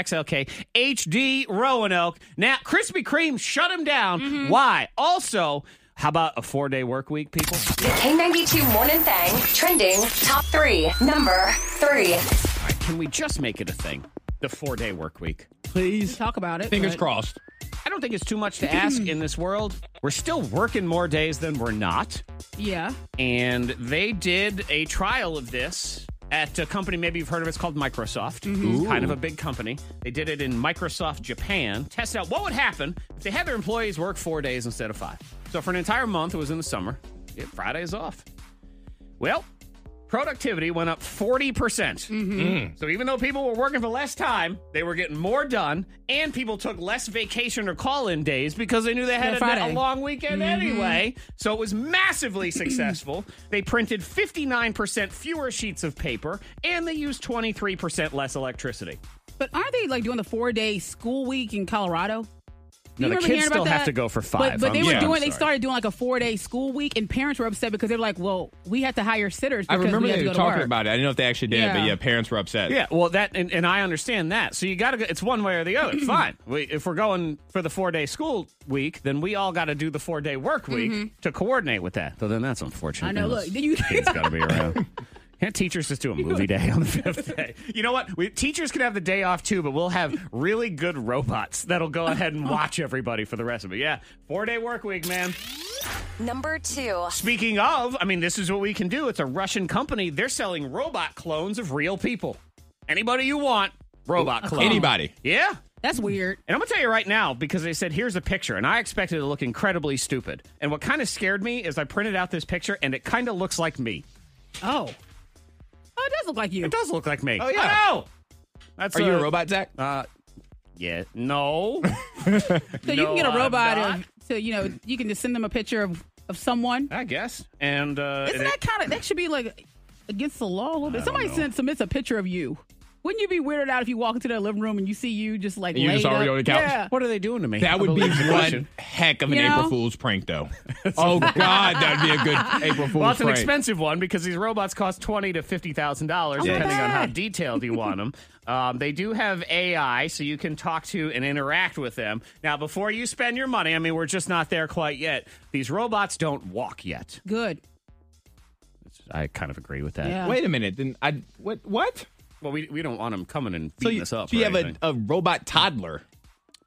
E: Mm-hmm.
A: HD Roanoke. Now, Krispy Kreme shut him down. Why? Also, How about a four day work week, people?
B: The K92 Morning Thing trending top three. Number three.
A: All right, can we just make it a thing? The four day work week.
E: Please.
D: Talk about it.
E: Fingers
D: but-
E: crossed.
A: I don't think it's too much to ask in this world. We're still working more days than we're not.
D: Yeah.
A: And they did a trial of this at a company, maybe you've heard of it, it's called Microsoft. It's kind of a big company. They did it in Microsoft Japan, tested out what would happen if they had their employees work four days instead of five. So for an entire month, it was in the summer. Yeah, Friday is off. Well, productivity went up 40%. percent
D: Mm-hmm.
A: So even though people were working for less time, they were getting more done, and people took less vacation or call in days because they knew they had
D: Yeah,
A: a,
D: Friday. Mm-hmm.
A: a long weekend anyway. So it was massively successful. They printed 59% fewer sheets of paper, and they used 23% less electricity.
D: But aren't they like doing the four day school week in Colorado?
A: No,
D: You
A: the
D: remember
A: kids
D: hearing
A: still
D: about
A: have
D: that?
A: to go for five.
D: But, but they
A: I'm-
D: were
E: yeah, I'm
D: doing. They
A: sorry.
D: started doing like a four day school week, and parents were upset because they were like, "Well, we had to hire sitters."
E: I
D: because
E: remember
D: we had
E: they
D: to
E: were
D: go to
E: talking
D: work."
E: about it. I didn't know if they actually did, but
D: Yeah.
E: yeah, parents were upset.
A: Yeah, well, that and, and I understand that. So you got to go. It's one way or the other. Fine. We, if we're going for the four day school week, then we all got to do the four day work week to coordinate with that. So then that's unfortunate.
D: Mm-hmm. I know.
A: Those
D: Look, then you-
A: kids got to be around. Can't teachers just do a movie day on the fifth day? You know what? We, teachers can have the day off too, but we'll have really good robots that'll go ahead and watch everybody for the rest of it. Yeah, four day work week, man.
B: Number two.
A: Speaking of, I mean, this is what we can do. It's a Russian company. They're selling robot clones of real people. Anybody you want, robot clone.
E: Anybody.
A: Yeah.
D: That's weird.
A: And I'm going to tell you right now because they said, here's a picture. And I expected it to look incredibly stupid. And what kind of scared me is I printed out this picture and it kind of looks like me.
D: Oh, oh, it does look like you.
A: It does look like me. Oh,
E: yeah.
A: I know. That's uh,
E: Are you a robot, Zach?
A: Yeah. No.
D: So you can get
A: No,
D: a
A: I'm
D: robot.
A: not.
D: Of, so you know you can just send them a picture of of someone.
A: I guess. And uh,
D: Isn't
A: and it-
D: that kind of that should be like against the law a little bit? Somebody sends submits a picture of you. Wouldn't you be weirded out if you walk into their living room and you see you just like
E: You're just
D: laid
E: already
D: up?
E: on the couch?
D: Yeah.
A: what are they doing to me? I
E: That would be
A: believe the
E: one
A: question.
E: heck of an
D: You
E: April
D: know?
E: Fool's prank, though. oh God, that'd be a good April Fool's
A: Well, it's an
E: prank.
A: expensive one because these robots cost twenty to fifty thousand dollars,
D: not
A: depending on how
D: bad.
A: detailed you want them. Um, they do have AI, so you can talk to and interact with them. Now, before you spend your money, I mean, we're just not there quite yet. These robots don't walk yet.
D: Good.
A: I kind of agree with that.
D: Yeah.
E: Wait a minute. Then I what what?
A: Well, we, we don't want them coming and
E: So
A: beating
E: you,
A: us up.
E: so you
A: or
E: have a,
A: anything.
E: a robot toddler.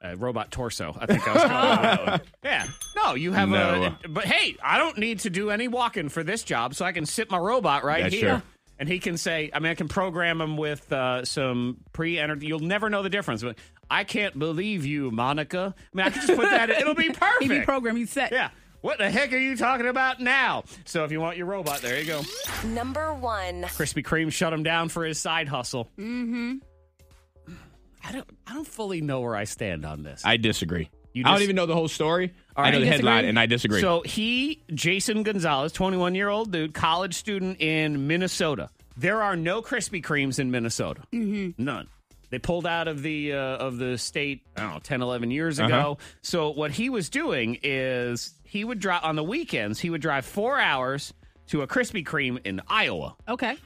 A: a uh, robot torso. I think I was calling it that one. Yeah. No, you have
E: No.
A: a. But hey, I don't need to do any walking for this job, so I can sit my robot right
E: That's
A: here.
E: true.
A: And he can say, I mean, I can program him with uh, some pre entered. You'll never know the difference. But I can't believe you, Monica. I mean, I can just put that in. It'll be
D: If you
A: perfect.
D: program, you set.
A: yeah. What the heck are you talking about now? So if you want your robot, there you go.
B: Number one.
A: Krispy Kreme shut him down for his side hustle. Mm hmm. I don't, I don't fully know where I stand on this.
E: I disagree.
A: You
E: I don't
A: dis-
E: even know the whole story. I
A: right.
E: know the
A: You
E: headline,
A: disagree?
E: and I disagree.
A: So he, Jason Gonzalez, 21 year old dude, college student in Minnesota. There are no Krispy Kremes in Minnesota. Mm-hmm. None. They pulled out of the uh, of the state, I don't know, 10, 11 years ago. So what he was doing is he would drive on the weekends. He would drive four hours to a Krispy Kreme in Iowa
D: Okay.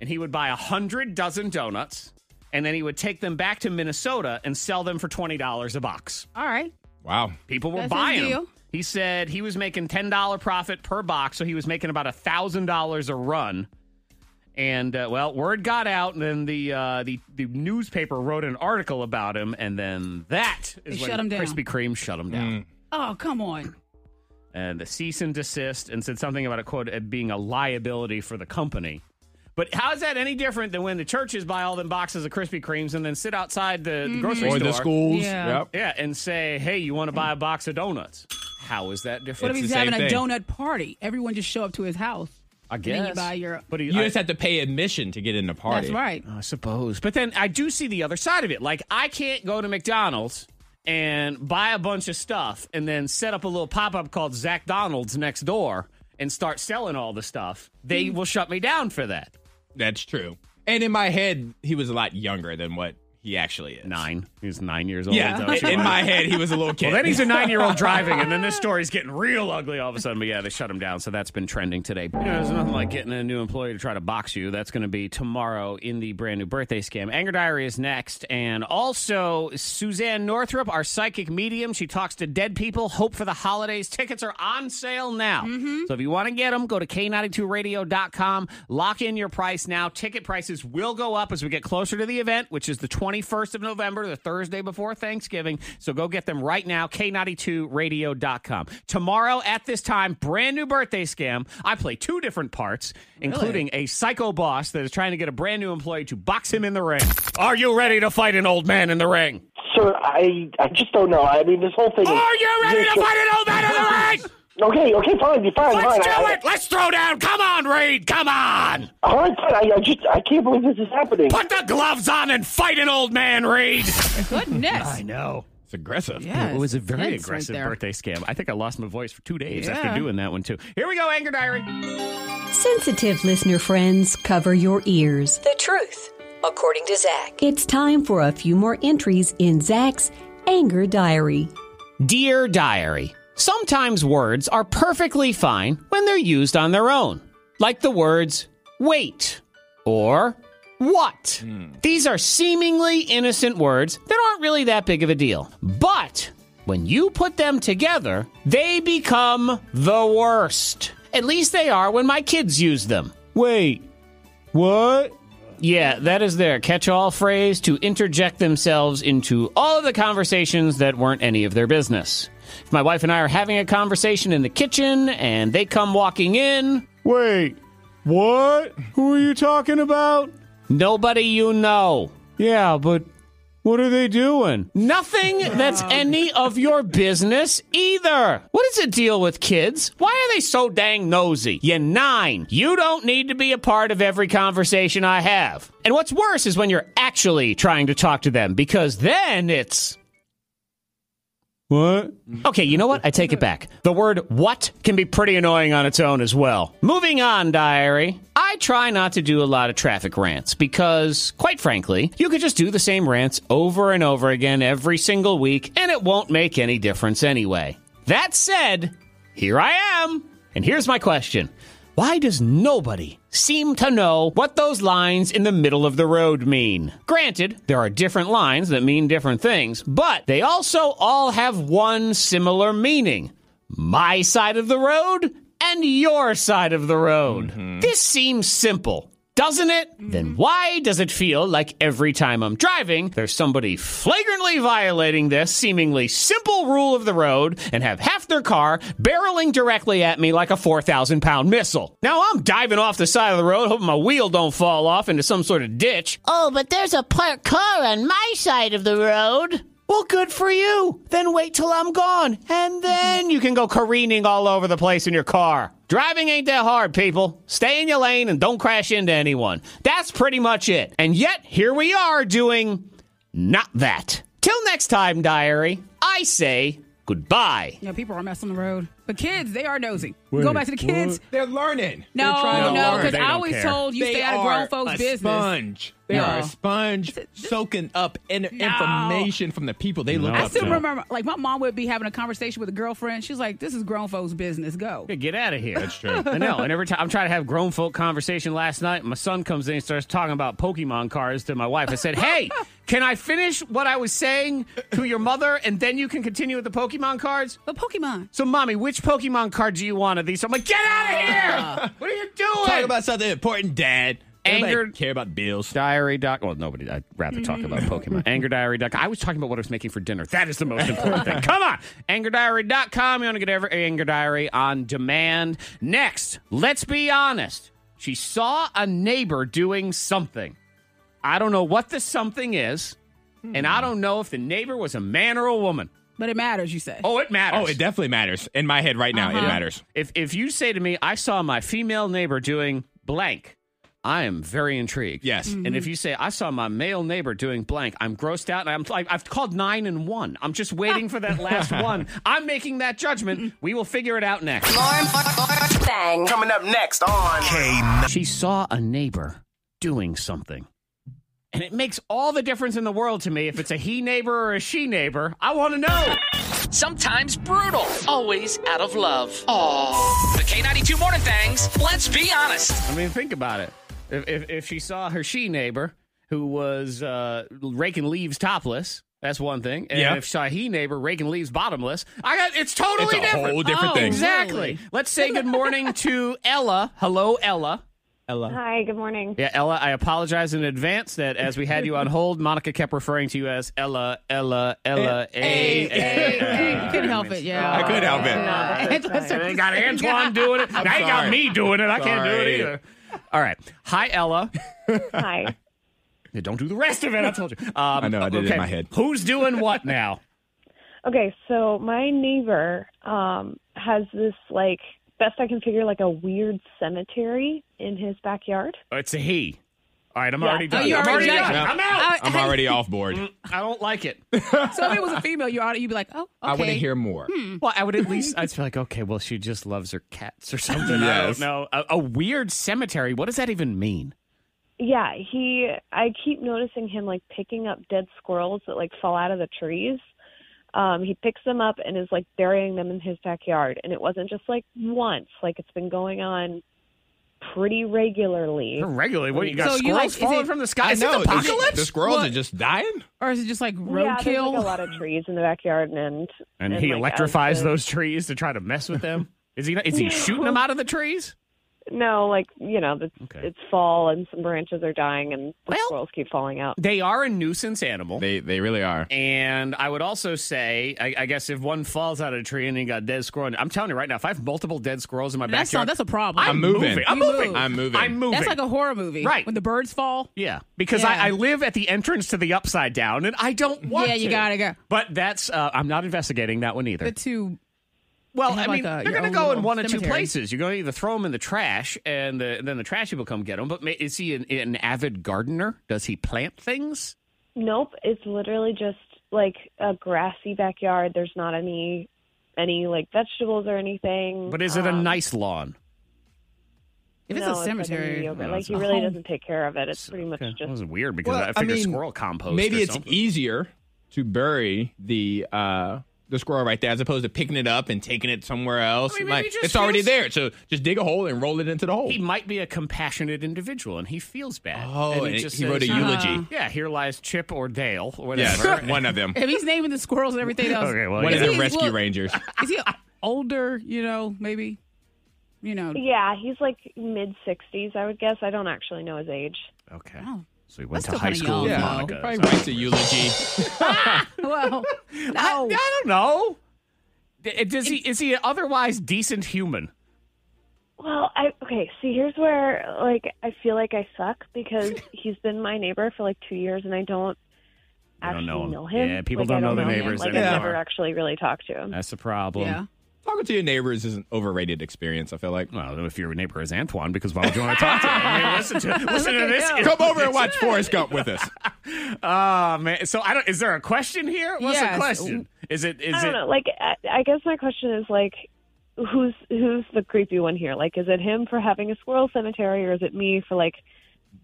A: and he would buy a hundred dozen donuts and then he would take them back to Minnesota and sell them for twenty dollars a box.
D: All right.
E: wow.
A: People were
D: That's his
A: buying them.
D: deal.
A: He said he was making ten dollar profit per box, so he was making about thousand dollars a run. And uh, well, word got out, and then the, uh, the the newspaper wrote an article about him, and then that is
D: They
A: when
D: shut him down.
A: Krispy Kreme shut him
E: Mm.
A: down.
D: Oh, come on.
A: And the cease and desist, and said something about a quote it being a liability for the company. But how is that any different than when the churches buy all them boxes of Krispy Kremes and then sit outside the,
D: Mm-hmm.
A: the grocery
E: Or
A: store?
E: the schools.
D: Yeah.
E: Yep.
A: Yeah, and say, hey, you want to buy a box of donuts? How is that
D: What
A: different?
D: if
E: It's
D: he's
E: the same
D: having a
E: thing.
D: donut party? Everyone just show up to his house.
A: I
D: then
A: guess.
D: you buy your-
A: But he,
E: You
A: I,
E: just have to pay admission to get in the party.
D: That's right.
A: I suppose. But then I do see the other side of it. Like I can't go to McDonald's and buy a bunch of stuff and then set up a little pop up called Zach Donald's next door and start selling all the stuff. They
D: Hmm.
A: will shut me down for that.
E: That's true. And in my head, he was a lot younger than what he actually is.
A: Nine. He's nine years old.
E: Yeah,
A: Is that what
E: in
A: you
E: in
A: want?
E: my head, he was a little kid.
A: Well, then he's a nine year old driving, and then this story's getting real ugly all of a sudden. But yeah, they shut him down. So that's been trending today. You know, there's nothing like getting a new employee to try to box you. That's going to be tomorrow in the brand new birthday scam. Anger Diary is next. And also, Suzanne Northrup, our psychic medium, she talks to dead people. Hope for the holidays. Tickets are on sale now. So if you want to get them, go to K92radio.com. Lock in your price now. Ticket prices will go up as we get closer to the event, which is the 21st of November, the Thursday before Thanksgiving. So go get them right now, K92radio.com. Tomorrow at this time, brand new birthday scam. I play two different parts, including a psycho boss that is trying to get a brand new employee to box him in the ring. Are you ready to fight an old man in the ring?
H: Sir, I I just don't know. I mean, this whole thing.
A: Are
H: Is,
A: you ready to fight an old man in the ring?
H: okay, okay, fine, be fine, fine.
A: Let's do
H: I,
A: it! Let's throw down! Come on, Reed! Come on!
H: I, all right, fine. I, I just I can't believe this is happening.
A: Put the gloves on and fight an old man, Reed!
D: Goodness.
A: know.
E: it's aggressive.
D: Yeah,
A: It was a
D: it's
A: very
D: intense right
A: aggressive
D: there.
A: birthday scam. I think I lost my voice for two days
D: Yeah.
A: after doing that one, too. Here we go, Anger Diary.
I: Sensitive listener friends, cover your ears.
J: The truth, according to Zach.
I: It's time for a few more entries in Zach's Anger Diary.
A: Dear Diary, sometimes words are perfectly fine when they're used on their own, like the words wait or what. These are seemingly innocent words that aren't really that big of a deal. But when you put them together, they become the worst. At least they are when my kids use them. Wait, what? Yeah, that is their catch all phrase to interject themselves into all of the conversations that weren't any of their business. If my wife and I are having a conversation in the kitchen and they come walking in. Wait, what? Who are you talking about? Nobody you know. Yeah, but what are they doing? Nothing that's any of your business either. What is the deal with kids? Why are they so dang nosy? You're nine. You don't need to be a part of every conversation I have. And what's worse is when you're actually trying to talk to them because then it's. What? Okay, you know what? I take it back. The word what can be pretty annoying on its own as well. Moving on, diary. I try not to do a lot of traffic rants because, quite frankly, you could just do the same rants over and over again every single week and it won't make any difference anyway. That said, here I am. And here's my question Why does nobody seem to know what those lines in the middle of the road mean? Granted, there are different lines that mean different things, but they also all have one similar meaning my side of the road and your side of the road. This seems simple. Doesn't it? Then why does it feel like every time I'm driving, there's somebody flagrantly violating this seemingly simple rule of the road and have half their car barreling directly at me like a 4,000 pound missile? Now I'm diving off the side of the road, hoping my wheel don't fall off into some sort of ditch. Oh, but there's a parked car on my side of the road. Well, good for you. Then wait till I'm gone, and then you can go careening all over the place in your car. Driving ain't that hard, people. Stay in your lane and don't crash into anyone. That's pretty much it. And yet, here we are doing not that. Till next time, diary, I say goodbye.
D: Yeah, people are messing the road. But kids, they are nosy. Go back to the kids.
E: They're learning. They're trying
D: No,
E: to
D: no,
E: learn.
D: because
A: They
D: I
A: don't
D: always
A: care.
D: told you
E: They
D: stay out of
E: are
D: grown folks'
E: a
D: business.
E: Sponge. They
D: No.
E: are a sponge soaking up in- information from the people they look
D: I
E: up to.
D: still remember, like, my mom would be having a conversation with a girlfriend. She's like, this is grown folks' business. Go.
A: Get out of here. That's true. I know. And every time I'm trying to have grown folk conversation last night, my son comes in and starts talking about Pokemon cards to my wife. I said, Hey, can I finish what I was saying to your mother and then you can continue with the Pokemon cards?
D: But Pokemon.
A: So, mommy, which Pokemon card do you want of these? I'm like, Get out of here. what are you doing?
E: Talk about something important, Dad. Anybody
A: Angered-
E: care about bills.
A: Diary doc. Well, nobody. I'd rather talk about
E: Mm-hmm.
A: Pokemon. Anger Diary doc. I was talking about what I was making for dinner. That is the most important thing. Come on. AngerDiary.com. You want to get every Anger Diary on demand. Next, let's be honest. She saw a neighbor doing something. I don't know what the something is, and
E: Hmm.
A: I don't know if the neighbor was a man or a woman.
D: But it matters, you say.
A: Oh, it matters.
E: Oh, it definitely matters. In my head right now,
A: Uh-huh.
E: it matters.
A: If if you say to me, I saw my female neighbor doing blank, I am very intrigued.
E: Yes.
A: And if you say, I saw my male neighbor doing blank, I'm grossed out and I'm like, I've called nine and one. I'm just waiting for that last one. I'm making that judgment. We will figure it out next.
B: Bang.
F: Coming up next on
A: She saw a neighbor doing something. And it makes all the difference in the world to me if it's a he neighbor or a she neighbor. I want to know.
K: Sometimes brutal, always out of love. Aww. The K92 Morning Thangs, let's be honest.
A: I mean, think about it. If, if, if she saw her she neighbor who was uh, raking leaves topless, that's one thing. And
E: Yeah.
A: if she saw he neighbor raking leaves bottomless, I got it's totally
E: It's a
A: different.
E: whole different Oh, thing.
A: Exactly.
E: really?
A: Let's say good morning to Ella. Hello, Ella. Ella.
G: Hi, good morning.
A: Yeah, Ella, I apologize in advance that as we had you on hold, Monica kept referring to you as Ella, Ella, Ella, A. A-
D: You couldn't help it, yeah.
A: I could help it.
D: They
A: got Antoine doing it.
D: I'm
A: they got
D: sorry.
A: me doing it. I can't do it
E: Sorry.
A: either. All right. Hi, Ella.
G: Hi.
A: Don't do the rest of it. I told you. Um, I know.
E: I did it in my head.
A: Who's doing what now?
G: Okay, so my neighbor um, has this like best I can figure like a weird cemetery in his backyard.
A: Oh, It's a he. All right. I'm
G: Yeah.
A: already
G: Oh,
A: done.
D: you
A: I'm
D: already
A: already
D: done.
A: done. I'm out.
E: I'm already off board.
A: I don't like it.
D: So if it was a female, you ought to, you'd be like, oh, okay.
E: I want to hear more.
A: Well, I would at least. I'd be like, okay, well, she just loves her cats or something. I don't
E: Yes.
A: know. A, a weird cemetery. What does that even mean?
G: Yeah, he. I keep noticing him like picking up dead squirrels that like fall out of the trees. Um, he picks them up and is like burying them in his backyard, and it wasn't just like once. Like it's been going on pretty regularly.
A: Regularly, what you got?
D: So you
A: squirrels
D: like- is
A: falling
D: it-
A: from the sky? Is it
E: know.
A: the
E: Is it-
A: apocalypse?
E: The squirrels
D: What?
E: are just dying.
D: Or is it just like
G: Yeah, there's like a
D: roadkill?
G: lot of trees in the backyard, and
A: and
E: Oh
G: and,
A: he
G: like,
A: electrifies
G: as the-
A: those trees to try to mess with them. Is he? Not, is he shooting them out of the trees?
G: No, like you know, it's,
A: Okay.
G: it's fall and some branches are dying and the
A: Well-
G: squirrels keep falling out.
A: They are a nuisance animal.
E: They they really are.
A: and I would also say, I, I guess if one falls out of a tree and you got a dead squirrel, I'm telling you right now, if I have multiple dead squirrels in my
D: That's, not,
A: backyard,
D: that's a problem.
A: I'm, moving. I'm
D: You
A: moving.
D: move.
E: I'm moving.
A: I'm moving.
D: That's like a horror movie.
A: Right.
D: When the birds fall.
A: Yeah, because
D: Yeah.
A: I, I live at the entrance to the upside down, and I don't want.
D: Yeah, you
A: to.
D: gotta go.
A: But that's uh, I'm not investigating that one either.
D: The two.
A: well,
D: they
A: I
D: have
A: mean,
D: like a-
A: they're
D: your
A: gonna
D: own
A: go in
D: little
A: one of two
D: cemetery.
A: places. You're gonna either throw them in the trash, and, the, and then the trash people come get them. But ma- is he an, an avid gardener? Does he plant things?
G: Nope, it's literally just like a grassy backyard. There's not any any like vegetables or anything.
A: But is it a
G: Um,
A: nice lawn?
D: If it's
G: no,
D: a cemetery.
G: like, a mediocre-
A: No,
G: like
A: it's
G: he
A: a
G: really
D: home.
G: doesn't take care of it. It's pretty much
A: Okay.
G: just
A: that was weird because I figured squirrel compost. or
E: Maybe it's
A: something.
E: easier to bury the uh, the squirrel right there as opposed to picking it up and taking it somewhere else.
A: I mean, maybe
E: like
A: it just
E: it's already
A: feels-
E: there, so just dig a hole and roll it into the hole.
A: he might be a compassionate individual and he feels bad.
E: Oh,
A: and
E: and
A: he, just
E: he wrote
A: says, "Uh,
E: a eulogy.
A: Yeah, here lies Chip or Dale or
E: Yes,
A: whatever.
E: one of them.
D: If he's naming the squirrels and everything else.
A: Okay, well,
E: One
A: yeah.
E: of the
D: Is-
E: rescue
D: well-
E: rangers.
D: Is he older, you know, maybe? You know.
G: yeah. He's like mid sixties, I would guess. I don't actually know his age.
A: Okay.
D: Oh.
A: So he went
D: That's
A: to high
D: still kinda
A: school with
D: young, though.
A: Monica.
E: Probably writes a eulogy.
D: Well, no.
A: I,
G: Oh.
A: I don't know. D- Does he is he an otherwise decent human?
G: Well, I okay. See, here's where like I feel like I suck because he's been my neighbor for like two years, and I don't
A: You don't
G: actually
A: know him.
G: know him.
A: Yeah, people
G: Like,
A: don't
G: I
A: know their
G: him.
A: neighbors
G: Like I
A: anymore.
G: never actually really talked to him.
A: That's the problem.
D: yeah.
E: Talking to your neighbors is an overrated experience. I feel like.
A: Well, if your neighbor is Antoine, because why would you want to talk to him? I mean, listen to listen to this.
E: Come over and watch Forrest Gump with us.
A: Oh man! So I don't. Is there a question here? What's
D: Yes.
A: the question? Is it is
G: I
A: it
G: don't know. Like, I, I guess my question is like, who's who's the creepy one here? Like, is it him for having a squirrel cemetery, or is it me for like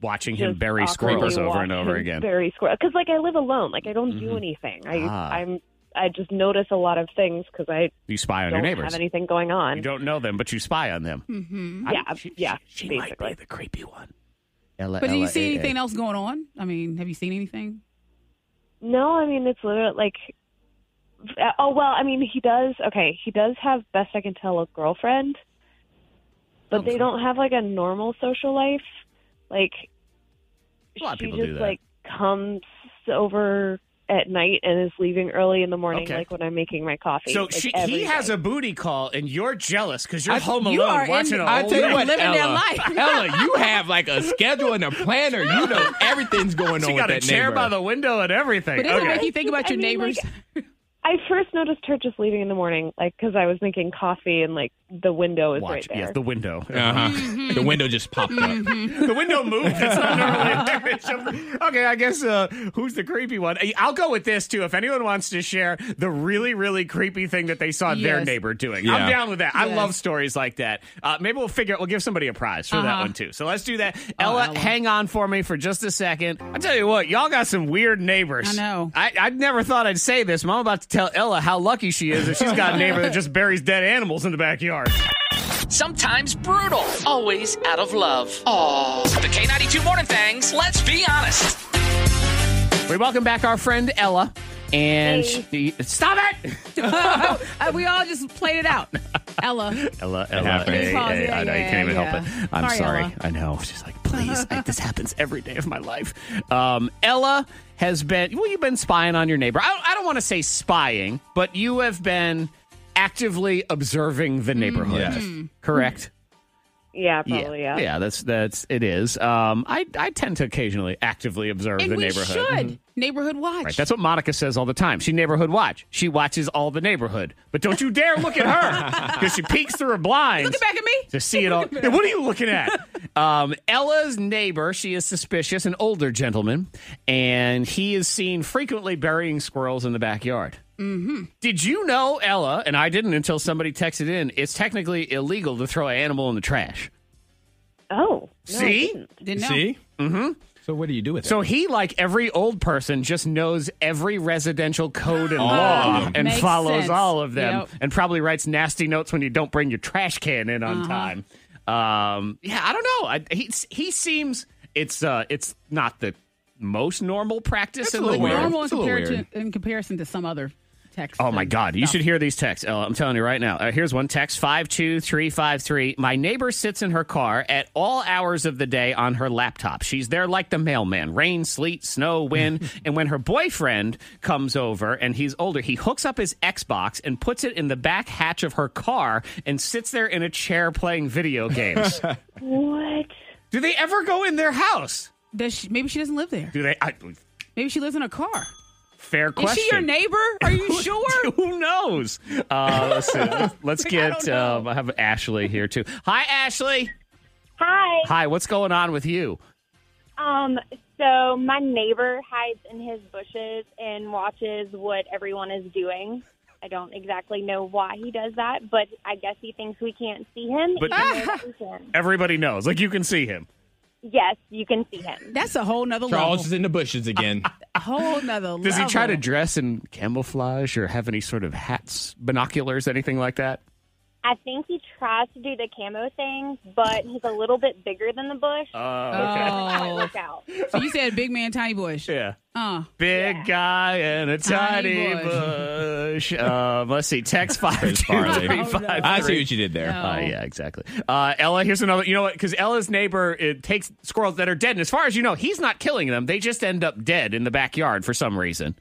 A: watching him
G: just
A: bury
G: awkwardly
A: squirrels over and
G: watch
A: over
G: him
A: again?
G: Bury squirrels because like I live alone. Like I don't do anything. I
A: Ah.
G: I'm I just notice a lot of things because I
A: You spy on your
G: don't
A: neighbors.
G: have anything going on.
A: You don't know them, but you spy on them.
D: Hmm.
A: Mm-hmm.
G: Yeah, yeah,
A: She, might be
G: basically.
A: the creepy one.
D: But do you see anything else going on? I mean, have you seen anything?
G: No, I mean it's literally like. uh, Oh well, I mean he does. Okay, he does have best I can tell a girlfriend, but they don't have like a normal social life. Like
A: A lot of
G: she
A: people
G: just
A: do that.
G: like comes over at night and is leaving early in the morning,
A: Okay.
G: like when I'm making my coffee.
A: So
G: like,
A: she,
G: every
A: he has
G: day.
A: a booty call, and you're jealous because you're
E: I-
A: home alone
D: you are in-
A: watching a
E: I
A: whole
E: tell you
A: movie.
E: what,
D: Living
E: Ella,
D: their life.
E: Ella, you have like a schedule and a planner. You know everything's going on
A: She
E: with
A: got a
E: that
A: chair
E: neighbor.
A: by the window and everything.
D: But doesn't it
A: Okay.
D: make you think about
G: I
D: your
G: mean, like-
D: neighbors?
G: I first noticed her just leaving in the morning, like because I was making coffee and like the window is right
A: Watch.
G: there.
A: Yes, the Mm-hmm. window.
E: Uh-huh. the window just popped up.
A: the window moved. It's not normally a picture. Okay, I guess uh, who's the creepy one? I- I'll go with this too. If anyone wants to share the really, really creepy thing that they saw their
E: Yes.
A: neighbor doing,
E: Yeah.
A: I'm down with that. I
E: Yes.
A: love stories like that. Uh, maybe we'll figure. We'll give somebody a prize for that
E: Uh-huh.
A: one too. So let's do that. Ella, hang on for me for just a second. I tell you what, y'all got some weird neighbors.
D: I know.
A: I, I never thought I'd say this, but I'm about to tell Ella how lucky she is if she's got a neighbor that just buries dead animals in the backyard.
K: Sometimes brutal, always out of love. Aw. The K92 Morning Thangs, let's be honest.
A: We welcome back our friend Ella. And she- stop it!
D: Uh, we all just played it out. Ella.
A: Ella,
D: Ella, happens. hey, hey, I know, you can't even help it. I'm Sorry, sorry. Ella.
A: I know. She's like, please, I, this happens every day of my life. Um, Ella has been, well, you've been spying on your neighbor. I, I don't want to say spying, but you have been actively observing
D: Mm-hmm.
A: the neighborhood.
G: Yes. Mm.
A: Correct?
G: Yeah, probably. Oh, Yeah.
A: Yeah, that's, that's, it is. Um, I, I tend to occasionally actively observe
D: And
A: the
D: we
A: neighborhood. Mm-hmm.
D: should. Neighborhood watch.
A: Right. That's what Monica says all the time. She neighborhood watch. She watches all the neighborhood. But don't you dare look at her because she peeks through her blinds.
D: Look back at me.
A: To see it all. Yeah, what are you looking at? Um, Ella's neighbor, she is suspicious, an older gentleman, and he is seen frequently burying squirrels in the backyard.
D: Mm-hmm.
A: Did you know, Ella, and I didn't until somebody texted in, it's technically illegal to throw an animal in the trash.
G: Oh.
A: See?
E: See?
A: Mm-hmm.
E: So what do you do with it?
A: So he, like every old person, just knows every residential code and
E: All of
A: law
E: them.
A: and
E: Oh. Makes
A: follows
E: sense.
A: all of them
E: Yep.
A: and probably writes nasty notes when you don't bring your trash can in on
E: Uh-huh.
A: time. Um, yeah, I don't know. I, he he seems it's uh it's not the most normal practice in the
D: Like
A: world.
D: normal in, compar- to, in comparison to some other text.
A: Oh my God! You should hear these texts. Ella. I'm telling you right now. Uh, here's one text: five two three five three. My neighbor sits in her car at all hours of the day on her laptop. She's there like the mailman: rain, sleet, snow, wind. and when her boyfriend comes over and he's older, he hooks up his Xbox and puts it in the back hatch of her car and sits there in a chair playing video games.
G: What?
A: Do they ever go in their house?
D: Does she, maybe she doesn't live there.
A: Do they? I,
D: Maybe she lives in a car.
A: fair question.
D: Is she your neighbor? Are you sure?
A: Who knows? Uh, let's, see. let's get. I, um, I have Ashley here too. Hi, Ashley.
L: Hi.
A: Hi. What's going on with you?
L: Um, so my neighbor hides in his bushes and watches what everyone is doing. I don't exactly know why he does that, but I guess he thinks we can't see him.
A: But-
L: even though we can.
A: Everybody knows. Like you can see him.
L: yes, you can see him.
D: That's a whole nother
A: Charles
D: level.
A: is in the bushes again.
D: A whole nother level.
A: Does he try to dress in camouflage or have any sort of hats, binoculars, anything like that?
L: I think he tries to do the camo thing, but he's a little bit bigger than the bush.
A: Uh. Oh,
L: Look out.
D: So you said big man, tiny bush.
A: Yeah.
D: Uh,
A: Big guy and a tiny,
D: Tiny
A: bush. Um, let's see. Text five two
E: Farley.
A: three five.
E: I see what you did there.
A: Uh, yeah, exactly. Uh, Ella, here's another. You know what? Because Ella's neighbor it takes squirrels that are dead, and as far as you know, he's not killing them. They just end up dead in the backyard for some reason.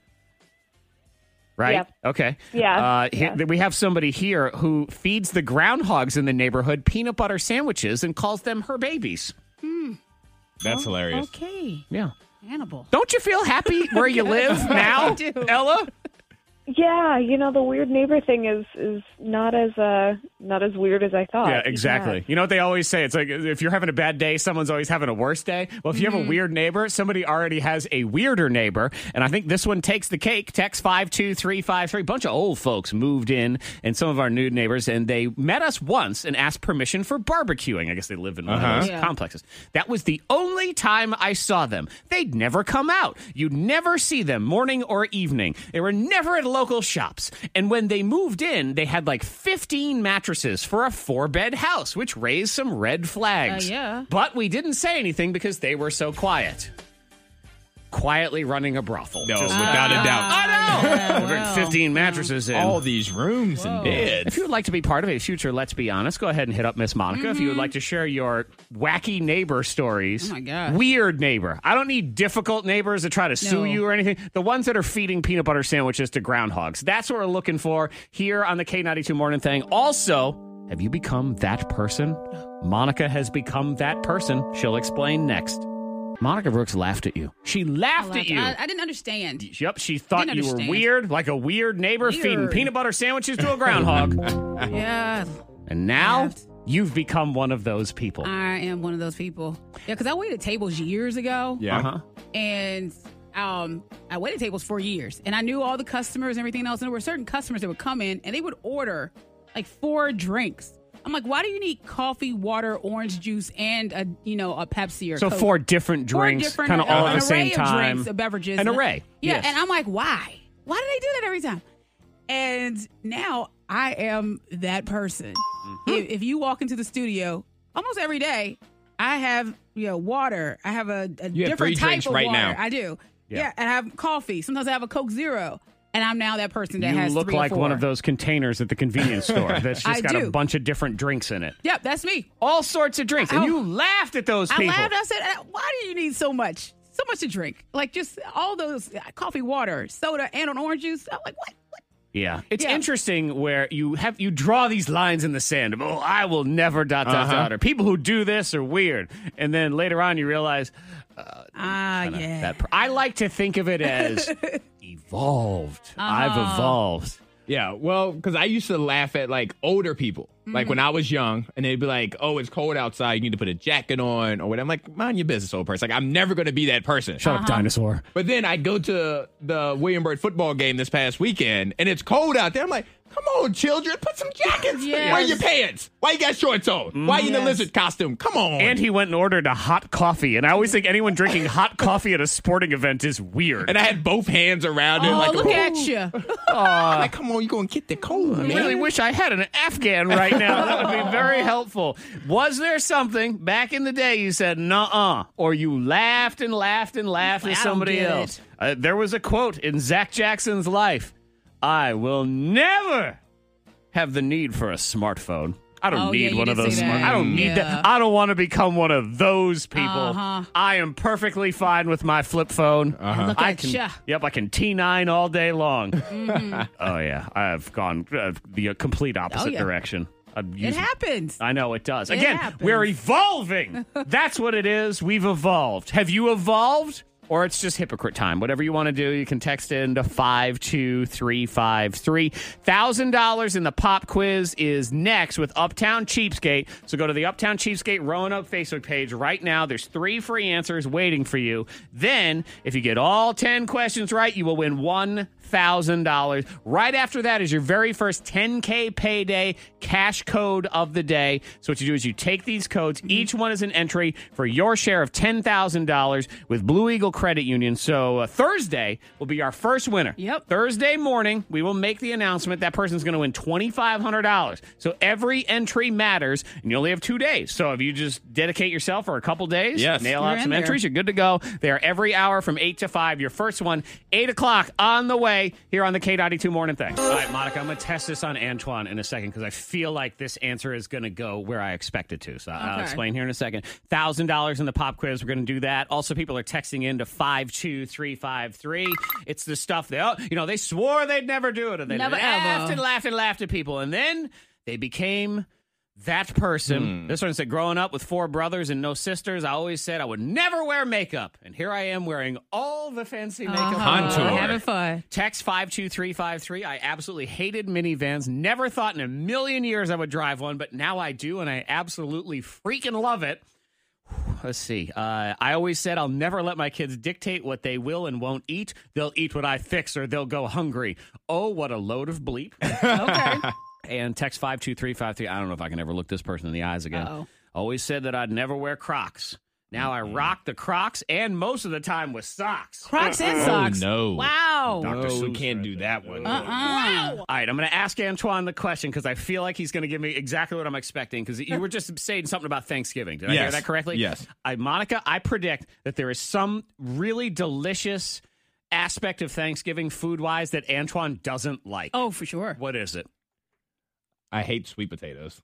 A: Right.
E: Yep.
A: Okay.
E: Yeah.
A: Uh, he-
E: Yeah.
A: We have somebody here who feeds the groundhogs in the neighborhood peanut butter sandwiches and calls them her babies.
E: That's hilarious.
D: Okay.
A: Yeah.
D: Hannibal.
A: Don't you feel happy where you live now,
D: I do.
A: Ella?
G: Yeah, you know the weird neighbor thing is is not as uh not as weird as I thought.
A: Yeah, exactly. You know what they always say? It's like if you're having a bad day, someone's always having a worse day. Well, if you have a weird neighbor, somebody already has a weirder neighbor. And I think this one takes the cake. Text 52353. Bunch of old folks moved in and some of our new neighbors, and they met us once and asked permission for barbecuing. I guess they live in one
E: Uh-huh.
A: of those
E: Yeah.
A: complexes. That was the only time I saw them. They'd never come out. You'd never see them morning or evening. They were never at local shops. And when they moved in, they had like 15 mattresses for a four bed house, which raised some red flags.
D: Uh, yeah.
A: But we didn't say anything because they were so quiet. Quietly running a brothel.
E: No,
A: Just- uh,
E: without a
D: Oh,
E: doubt.
A: I know. Bring 15 mattresses in.
E: All these rooms and beds.
A: If you would like to be part of a future Let's Be Honest, go ahead and hit up Miss Monica. If you
D: Mm-hmm.
A: would like to share your wacky neighbor stories,
E: Oh, my gosh.
A: weird neighbor. I don't need difficult neighbors that try to sue
E: No.
A: you or anything. The ones that are feeding peanut butter sandwiches to groundhogs. That's what we're looking for here on the K92 Morning Thing. Also, have you become that person? Monica has become that person. She'll explain next. Monica Brooks laughed at you. She
D: I
A: laughed
D: laughed.
A: at you.
D: I, I didn't understand.
A: Yep, she thought
D: Didn't
A: you were
D: understand.
A: weird, like a weird neighbor feeding
D: Weird.
A: peanut butter sandwiches to a groundhog.
D: Yeah,
A: and now you've become one of those people.
D: I am one of those people. Yeah, because I waited tables years ago.
A: Uh-huh.
D: and um, I waited tables for years, and I knew all the customers and everything else. And there were certain customers that would come in and they would order like four drinks. I'm like, why do you need coffee, water, orange juice, and a you know a Pepsi or
A: So
D: Coke?
A: four different
D: Four
A: drinks,
D: different- uh,
A: kind of all
D: an
A: at the same
D: array of
A: time.
D: drinks, of beverages,
A: an array.
D: Yeah,
A: yes.
D: and I'm like, why? Why do they do that every time? And now I am that person.
A: Mm-hmm.
D: If, if you walk into the studio almost every day, I have you know water. I have a, a
E: You
D: different
E: have three
D: type
E: drinks
D: of
E: right
D: water.
E: now.
D: I do.
A: Yeah.
D: Yeah. and I have coffee. Sometimes I have a Coke Zero, and I'm now that person that
A: you
D: has
A: look
D: three or
A: like one
D: four.
A: of those containers at the convenience store that's
D: I
A: just got a
D: do.
A: bunch of different drinks in it.
D: Yep, that's me.
A: All sorts of drinks, and you laughed at those
D: I
A: people.
D: laughed. I said, "Uh, "Why do you need so much? So much to drink? Like just all those uh, coffee, water, soda, and an orange juice." I'm like, "What?"
A: Yeah, it's
D: Yeah.
A: interesting where you have you draw these lines in the sand of oh I will never dot dot
E: Uh-huh.
A: dot or people who do this are weird, and then later on you realize
D: Ah,
A: kinda
D: yeah.
A: that per- I like to think of it as evolved. I've
E: Uh-huh.
A: evolved.
E: Yeah, well, because I used to laugh at like older people, like
D: Mm-hmm.
E: when I was young, and they'd be like, "Oh, it's cold outside. You need to put a jacket on or whatever." I'm like, "Mind your business, old person." Like, I'm never gonna be that person.
A: Shut
D: Uh-huh.
A: up, dinosaur.
E: But then I go to the William Byrd football game this past weekend, and it's cold out there. I'm like, "Come on, children, put some jackets.
D: Yes. Mm-hmm.
E: Wear your pants. Why you got shorts on? Why you in a
A: Yes.
E: lizard costume? Come on."
A: And he went and ordered a hot coffee, and I always think anyone drinking hot coffee at a sporting event is weird.
E: and I had both hands around him,
D: Oh,
E: like,
D: look
E: "Ooh."
D: at you.
E: I'm like, "Come on, you gonna get the cold,
A: I
E: man."
A: really wish I had an Afghan right now. That would be very helpful. Was there something back in the day you said "nah," or you laughed and laughed and laughed
D: I
A: at
D: don't
A: somebody
D: get
A: else? Uh, there was a quote in Zach Jackson's life: "I will never have the need for a smartphone. I don't
D: Oh, yeah,
A: need
D: you
A: one of
D: did
A: those.
D: say
A: Smart-
D: that.
A: I don't need
D: Yeah.
A: that. I don't want to become one of those people.
D: Uh-huh.
A: I am perfectly fine with my flip phone.
D: Look
A: I
D: at
A: can.
D: ya.
A: Yep, I can T9 all day long. Oh yeah, I've gone uh, the uh, complete opposite
D: Oh, yeah.
A: direction. I'm
D: It
A: using-
D: happens.
A: I know it does.
D: It
A: Again,
D: happens.
A: we're evolving. That's what it is. We've evolved. Have you evolved? Or it's just hypocrite time. Whatever you want to do, you can text in to 52353. $1,000 in the pop quiz is next with Uptown Cheapskate. So go to the Uptown Cheapskate Roanoke Facebook page right now. There's three free answers waiting for you. Then, if you get all 10 questions right, you will win $1,000. Right after that is your very first 10K payday cash code of the day. So, what you do is you take these codes,
D: Mm-hmm.
A: each one is an entry for your share of $10,000 with Blue Eagle Credit Union. So, uh, Thursday will be our first winner.
D: Yep.
A: Thursday morning, we will make the announcement that person's going to win $2,500. So, every entry matters, and you only have two days. So, if you just dedicate yourself for a couple days,
E: Yes.
A: nail
D: You're
A: out
D: in
A: some
D: there.
A: entries, you're good to go. They are every hour from 8 to 5. Your first one, 8 o'clock on the way here on the K92 Morning Thing. All right, Monica, I'm going to test this on Antoine in a second because I feel like this answer is going to go where I expect it to. So I'll
D: Okay.
A: explain here in a second. $1,000 in the pop quiz. We're going to do that. Also, people are texting in to 52353. It's the stuff they, oh, you know, they swore they'd never do it. And they
D: Never,
A: laughed
D: ever.
A: and laughed and laughed at people. And then they became that person. This one said, growing up with four brothers and no sisters, I always said I would never wear makeup. And here I am wearing all the fancy makeup.
D: Uh-huh.
E: Contour.
D: Having fun.
A: Text 52353. I absolutely hated minivans. Never thought in a million years I would drive one, but now I do, and I absolutely freaking love it. Let's see. Uh, I always said I'll never let my kids dictate what they will and won't eat. They'll eat what I fix or they'll go hungry. Oh, what a load of bleep.
D: Okay.
A: And text 52353. I don't know if I can ever look this person in the eyes again.
D: Uh-oh.
A: Always said that I'd never wear Crocs. Now I rock the Crocs and most of the time with socks.
D: Crocs
A: Oh,
D: and socks.
E: no.
D: Wow.
A: Dr.
E: No, we
A: Seuss
E: can't
A: right
E: do that one.
D: Uh-uh.
A: All right, I'm going to ask Antoine the question because I feel like he's going to give me exactly what I'm expecting. Because you were just saying something about Thanksgiving. Did I hear
E: Yes.
A: that correctly?
E: Yes.
A: I, Monica, I predict that there is some really delicious aspect of Thanksgiving food wise that Antoine doesn't like.
D: Oh, for sure.
A: What is it?
E: I hate sweet potatoes.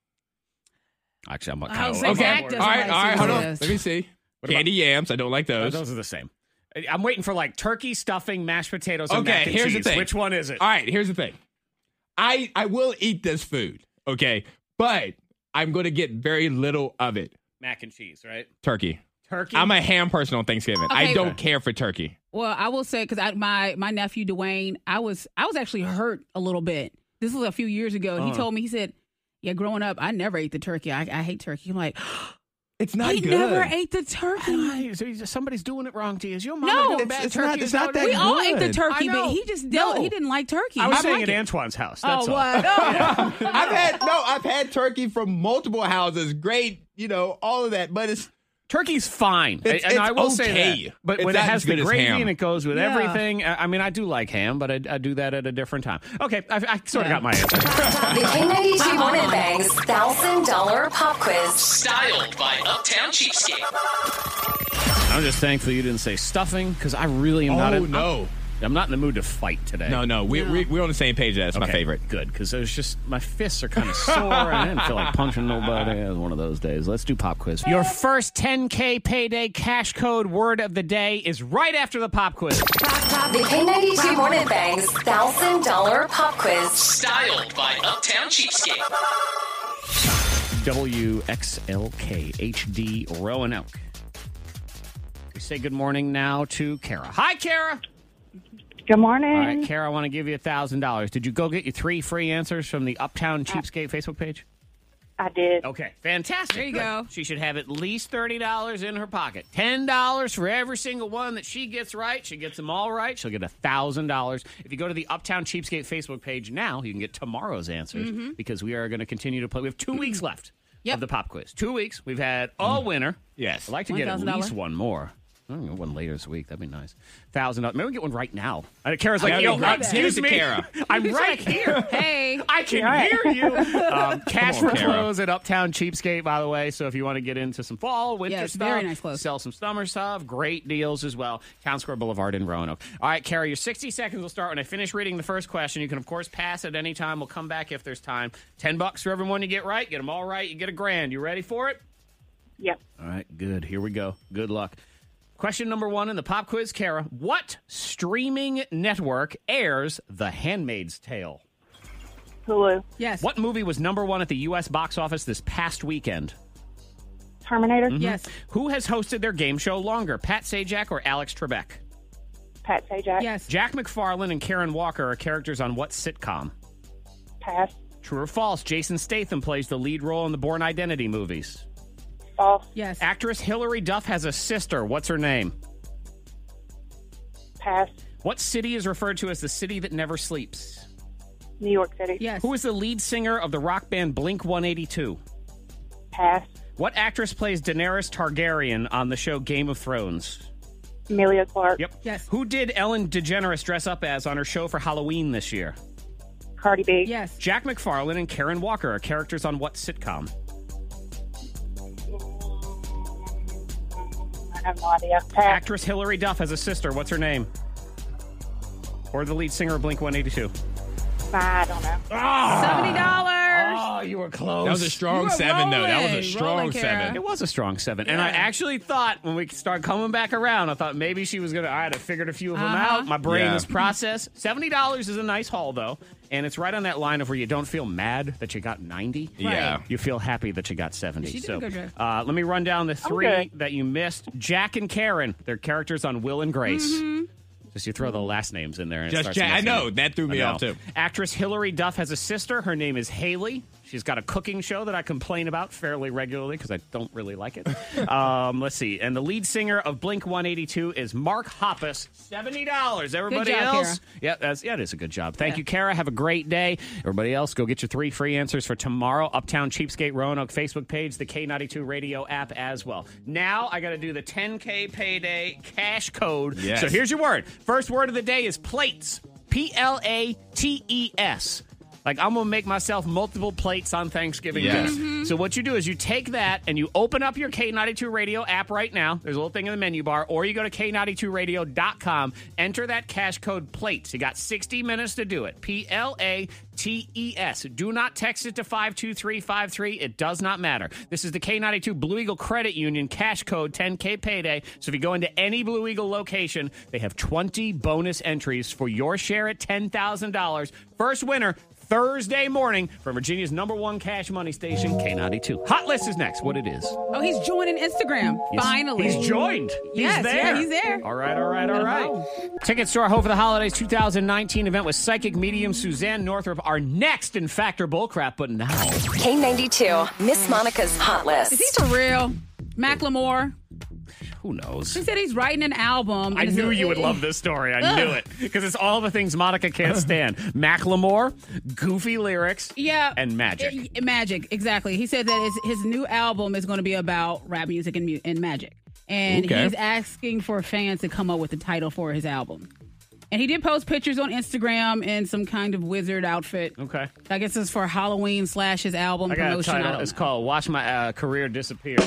A: Actually, I'm
D: I
A: kind
D: was
A: of
D: saying Zach doesn't
E: all right,
D: like
E: all right,
D: sweet
E: hold on.
D: potatoes.
E: Let me see.
A: What
E: Candy yams, I don't like
A: Uh,
E: those.
A: Those are the same. I'm waiting for like turkey stuffing, mashed potatoes. and mac
E: okay,
A: and
E: here's
A: cheese.
E: the thing.
A: Which one is it?
E: All right, here's the thing. I I will eat this food, okay, but I'm going to get very little of it.
A: Mac and cheese, right?
E: Turkey.
A: Turkey.
E: I'm a ham person on Thanksgiving.
D: Okay.
E: I don't care for turkey.
D: Well, I will say because my my nephew Dwayne, I was I was actually hurt a little bit. This was a few years ago.
A: Oh.
D: and He
E: Uh-huh.
D: told me he said, "Yeah, growing up, I never ate the turkey. I, I hate turkey." I'm like,
E: "It's
A: not
D: He
A: good.
D: never ate the turkey.
A: somebody's doing it wrong to you. Is your mama
D: No,
A: doing bad turkey or something?
D: we all ate the turkey,
A: I know.
D: but he just dealt,
A: No.
D: he didn't like turkey.
A: I was
D: I'm
A: saying
D: like
A: at
D: it.
A: Antoine's house.
D: Oh,
A: That's all.
D: what?
E: I've had no, I've had turkey from multiple houses. Great, you know, all of that, but it's
A: turkey's fine.
E: It's,
A: and I will
E: okay.
A: say that. But
E: It's
A: when it
E: not
A: has
E: as good
A: the
E: as
A: gravy
E: ham.
A: and it goes with
E: Yeah.
A: everything, I I mean, I do like ham, but I, I do that at a different time. Okay, I, I sort of got my answer.
B: The K92 Morning Thang's $1,000 pop quiz.
K: Styled by Uptown Cheapskate.
A: I'm just thankful you didn't say stuffing because I really am not.
E: Oh,
A: in,
E: no.
A: I'm, I'm not in the mood to fight today.
E: No, no, we, We, we're on the same page. That's my
A: Okay,
E: favorite.
A: Good, because it was just my fists are kind of sore. and I didn't feel like punching nobody. It was one of those days. Let's do pop quiz. Your first 10K payday cash code word of the day is right after the pop quiz.
B: The K92 Morning Thang's $1,000 pop quiz.
K: Styled by Uptown Cheapskate.
A: WXLKHD Roanoke. We say good morning now to Kara. Hi, Kara.
M: Good morning.
A: All right, Kara, I want to give you $1,000. Did you go get your three free answers from the Uptown Cheapskate Facebook page?
M: I did.
A: Okay, fantastic.
D: There you
A: Good.
D: go.
A: She should have at least $30 in her pocket. $10 for every single one that she gets right. She gets them all right. She'll get $1,000. If you go to the Uptown Cheapskate Facebook page now, you can get tomorrow's answers
D: Mm-hmm.
N: Mhm.
A: because we are going to continue to play. We have two weeks left
N: Yep.
A: of the pop quiz. Two weeks. We've had a winner. Yes. I'd like to get at
N: $1,000.
A: least one more. I don't know, one later this week. That'd be nice. Thousand dollars. Maybe we get one right now. Uh, Kara's like,
E: That'd be
A: yo,
E: great.
A: excuse
E: Give
A: me.
E: it to Kara.
A: I'm right here.
D: Hey,
A: I can
D: You're right.
A: hear you. Um, cash
E: Come
A: for
E: on, Kara.
A: clothes at Uptown Cheapskate, by the way. So if you want to get into some fall, winter
D: Yes,
A: stuff,
D: very nice clothes.
A: sell some summer stuff, great deals as well. Town Square Boulevard in Roanoke. All right, Kara, your 60 seconds will start when I finish reading the first question. You can, of course, pass at any time. We'll come back if there's time. 10 bucks for everyone you get right. Get them all right. You get a grand. You ready for it?
M: Yep.
A: All right, good. Here we go. Good luck. Question number one in the pop quiz, Kara. What streaming network airs The Handmaid's Tale?
M: Hulu.
D: Yes.
A: What movie was number one at the U.S. box office this past weekend?
M: Terminator.
A: Mhm. Who has hosted their game show longer, Pat Sajak or Alex Trebek?
M: Pat Sajak.
D: Yes.
A: Jack McFarlane and Karen Walker are characters on what sitcom?
M: Pass.
A: True or false? Jason Statham plays the lead role in the Born Identity movies.
M: False.
D: Yes.
A: Actress Hilary Duff has a sister. What's her name?
M: Pass.
A: What city is referred to as the city that never sleeps?
M: New York City.
D: Yes.
A: Who is the lead singer of the rock band Blink 182?
M: Pass.
A: What actress plays Daenerys Targaryen on the show Game of Thrones?
M: Amelia Clark.
A: Yep.
D: Yes.
A: Who did Ellen DeGeneres dress up as on her show for Halloween this year?
M: Cardi B.
D: Yes.
A: Jack McFarlane and Karen Walker are characters on what sitcom?
M: I have no idea. Pass.
A: Actress Hilary Duff has a sister. What's her name? Or the lead singer of Blink 182?
M: I don't know.
D: Seventy dollars.
A: Oh, you were close.
E: That was a
A: You
E: strong
A: were
E: seven, though. That was a
A: rolling,
E: strong
A: rolling, Kara.
E: seven.
A: It was a strong seven. And I actually thought when we start coming back around, I thought maybe she was going to. I had figured a few of them
D: Uh-huh.
A: out. My brain
E: Yeah.
A: is processed. $70 is a nice haul, though. And it's right on that line of where you don't feel mad that you got 90.
E: Yeah.
A: You feel happy that you got 70.
D: She did a
A: so
D: good job.
A: uh, let me run down the three
D: Okay.
A: that you missed Jack and Karen, their characters on Will and Grace.
D: Mm-hmm.
A: Just you throw the last names in there. And it
E: Just
A: starts
E: Jack- I
A: messing
E: know.
A: up.
E: That threw me
A: I know.
E: off, too.
A: Actress Hilary Duff has a sister. Her name is Haley. She's got a cooking show that I complain about fairly regularly because I don't really like it. um, let's see. And the lead singer of Blink 182 is Mark Hoppus. Seventy dollars. Everybody
D: job,
A: else, yeah, that's yeah, it is a good job. Thank you, Kara. Have a great day. Everybody else, go get your three free answers for tomorrow. Uptown Cheapskate Roanoke Facebook page, the K92 radio app as well. Now I got to do the 10K payday cash code.
E: Yes.
A: So here's your word. First word of the day is plates. P L A T E S. Like I'm gonna make myself multiple plates on Thanksgiving
E: Yes.
A: dinner. So what you do is you take that and you open up your K92 Radio app right now. There's a little thing in the menu bar, or you go to K92Radio.com, enter that cash code plates. You got 60 minutes to do it. P L A T E S. Do not text it to 52353. It does not matter. This is the K92 Blue Eagle Credit Union cash code 10K payday. So if you go into any Blue Eagle location, they have 20 bonus entries for your share at $10,000. First winner, Thursday morning from Virginia's number one cash money station, K92. Hot List is next. What it is.
D: Oh, he's joining Instagram.
A: Yes.
D: Finally.
A: He's joined. He's
D: yes,
A: there.
D: Yeah, he's there.
A: All right, all right, all
D: Gotta
A: right. Tickets to our Hope for the Holidays 2019 event with psychic medium Suzanne Northrup are next in Factor Bullcrap, but now.
B: K92, Miss Monica's Hot List.
D: Is he for real? Macklemore.
A: Who knows?
D: He said he's writing an album.
A: I
D: and it's-
A: knew you would love this story. I
D: Ugh.
A: knew it. Because it's all the things Monica can't stand Macklemore, goofy lyrics,
D: Yeah.
A: and magic.
D: Eh, magic, exactly. He said that his, his new album is going to be about rap music and, mu- and magic. And
A: Okay.
D: he's asking for fans to come up with the title for his album. And he did post pictures on Instagram in some kind of wizard outfit.
A: Okay.
D: I guess it's for Halloween slash his album
A: I got a
D: promotion. I
A: title.
D: don't
A: It's
D: know.
A: called Watch My uh, Career Disappear.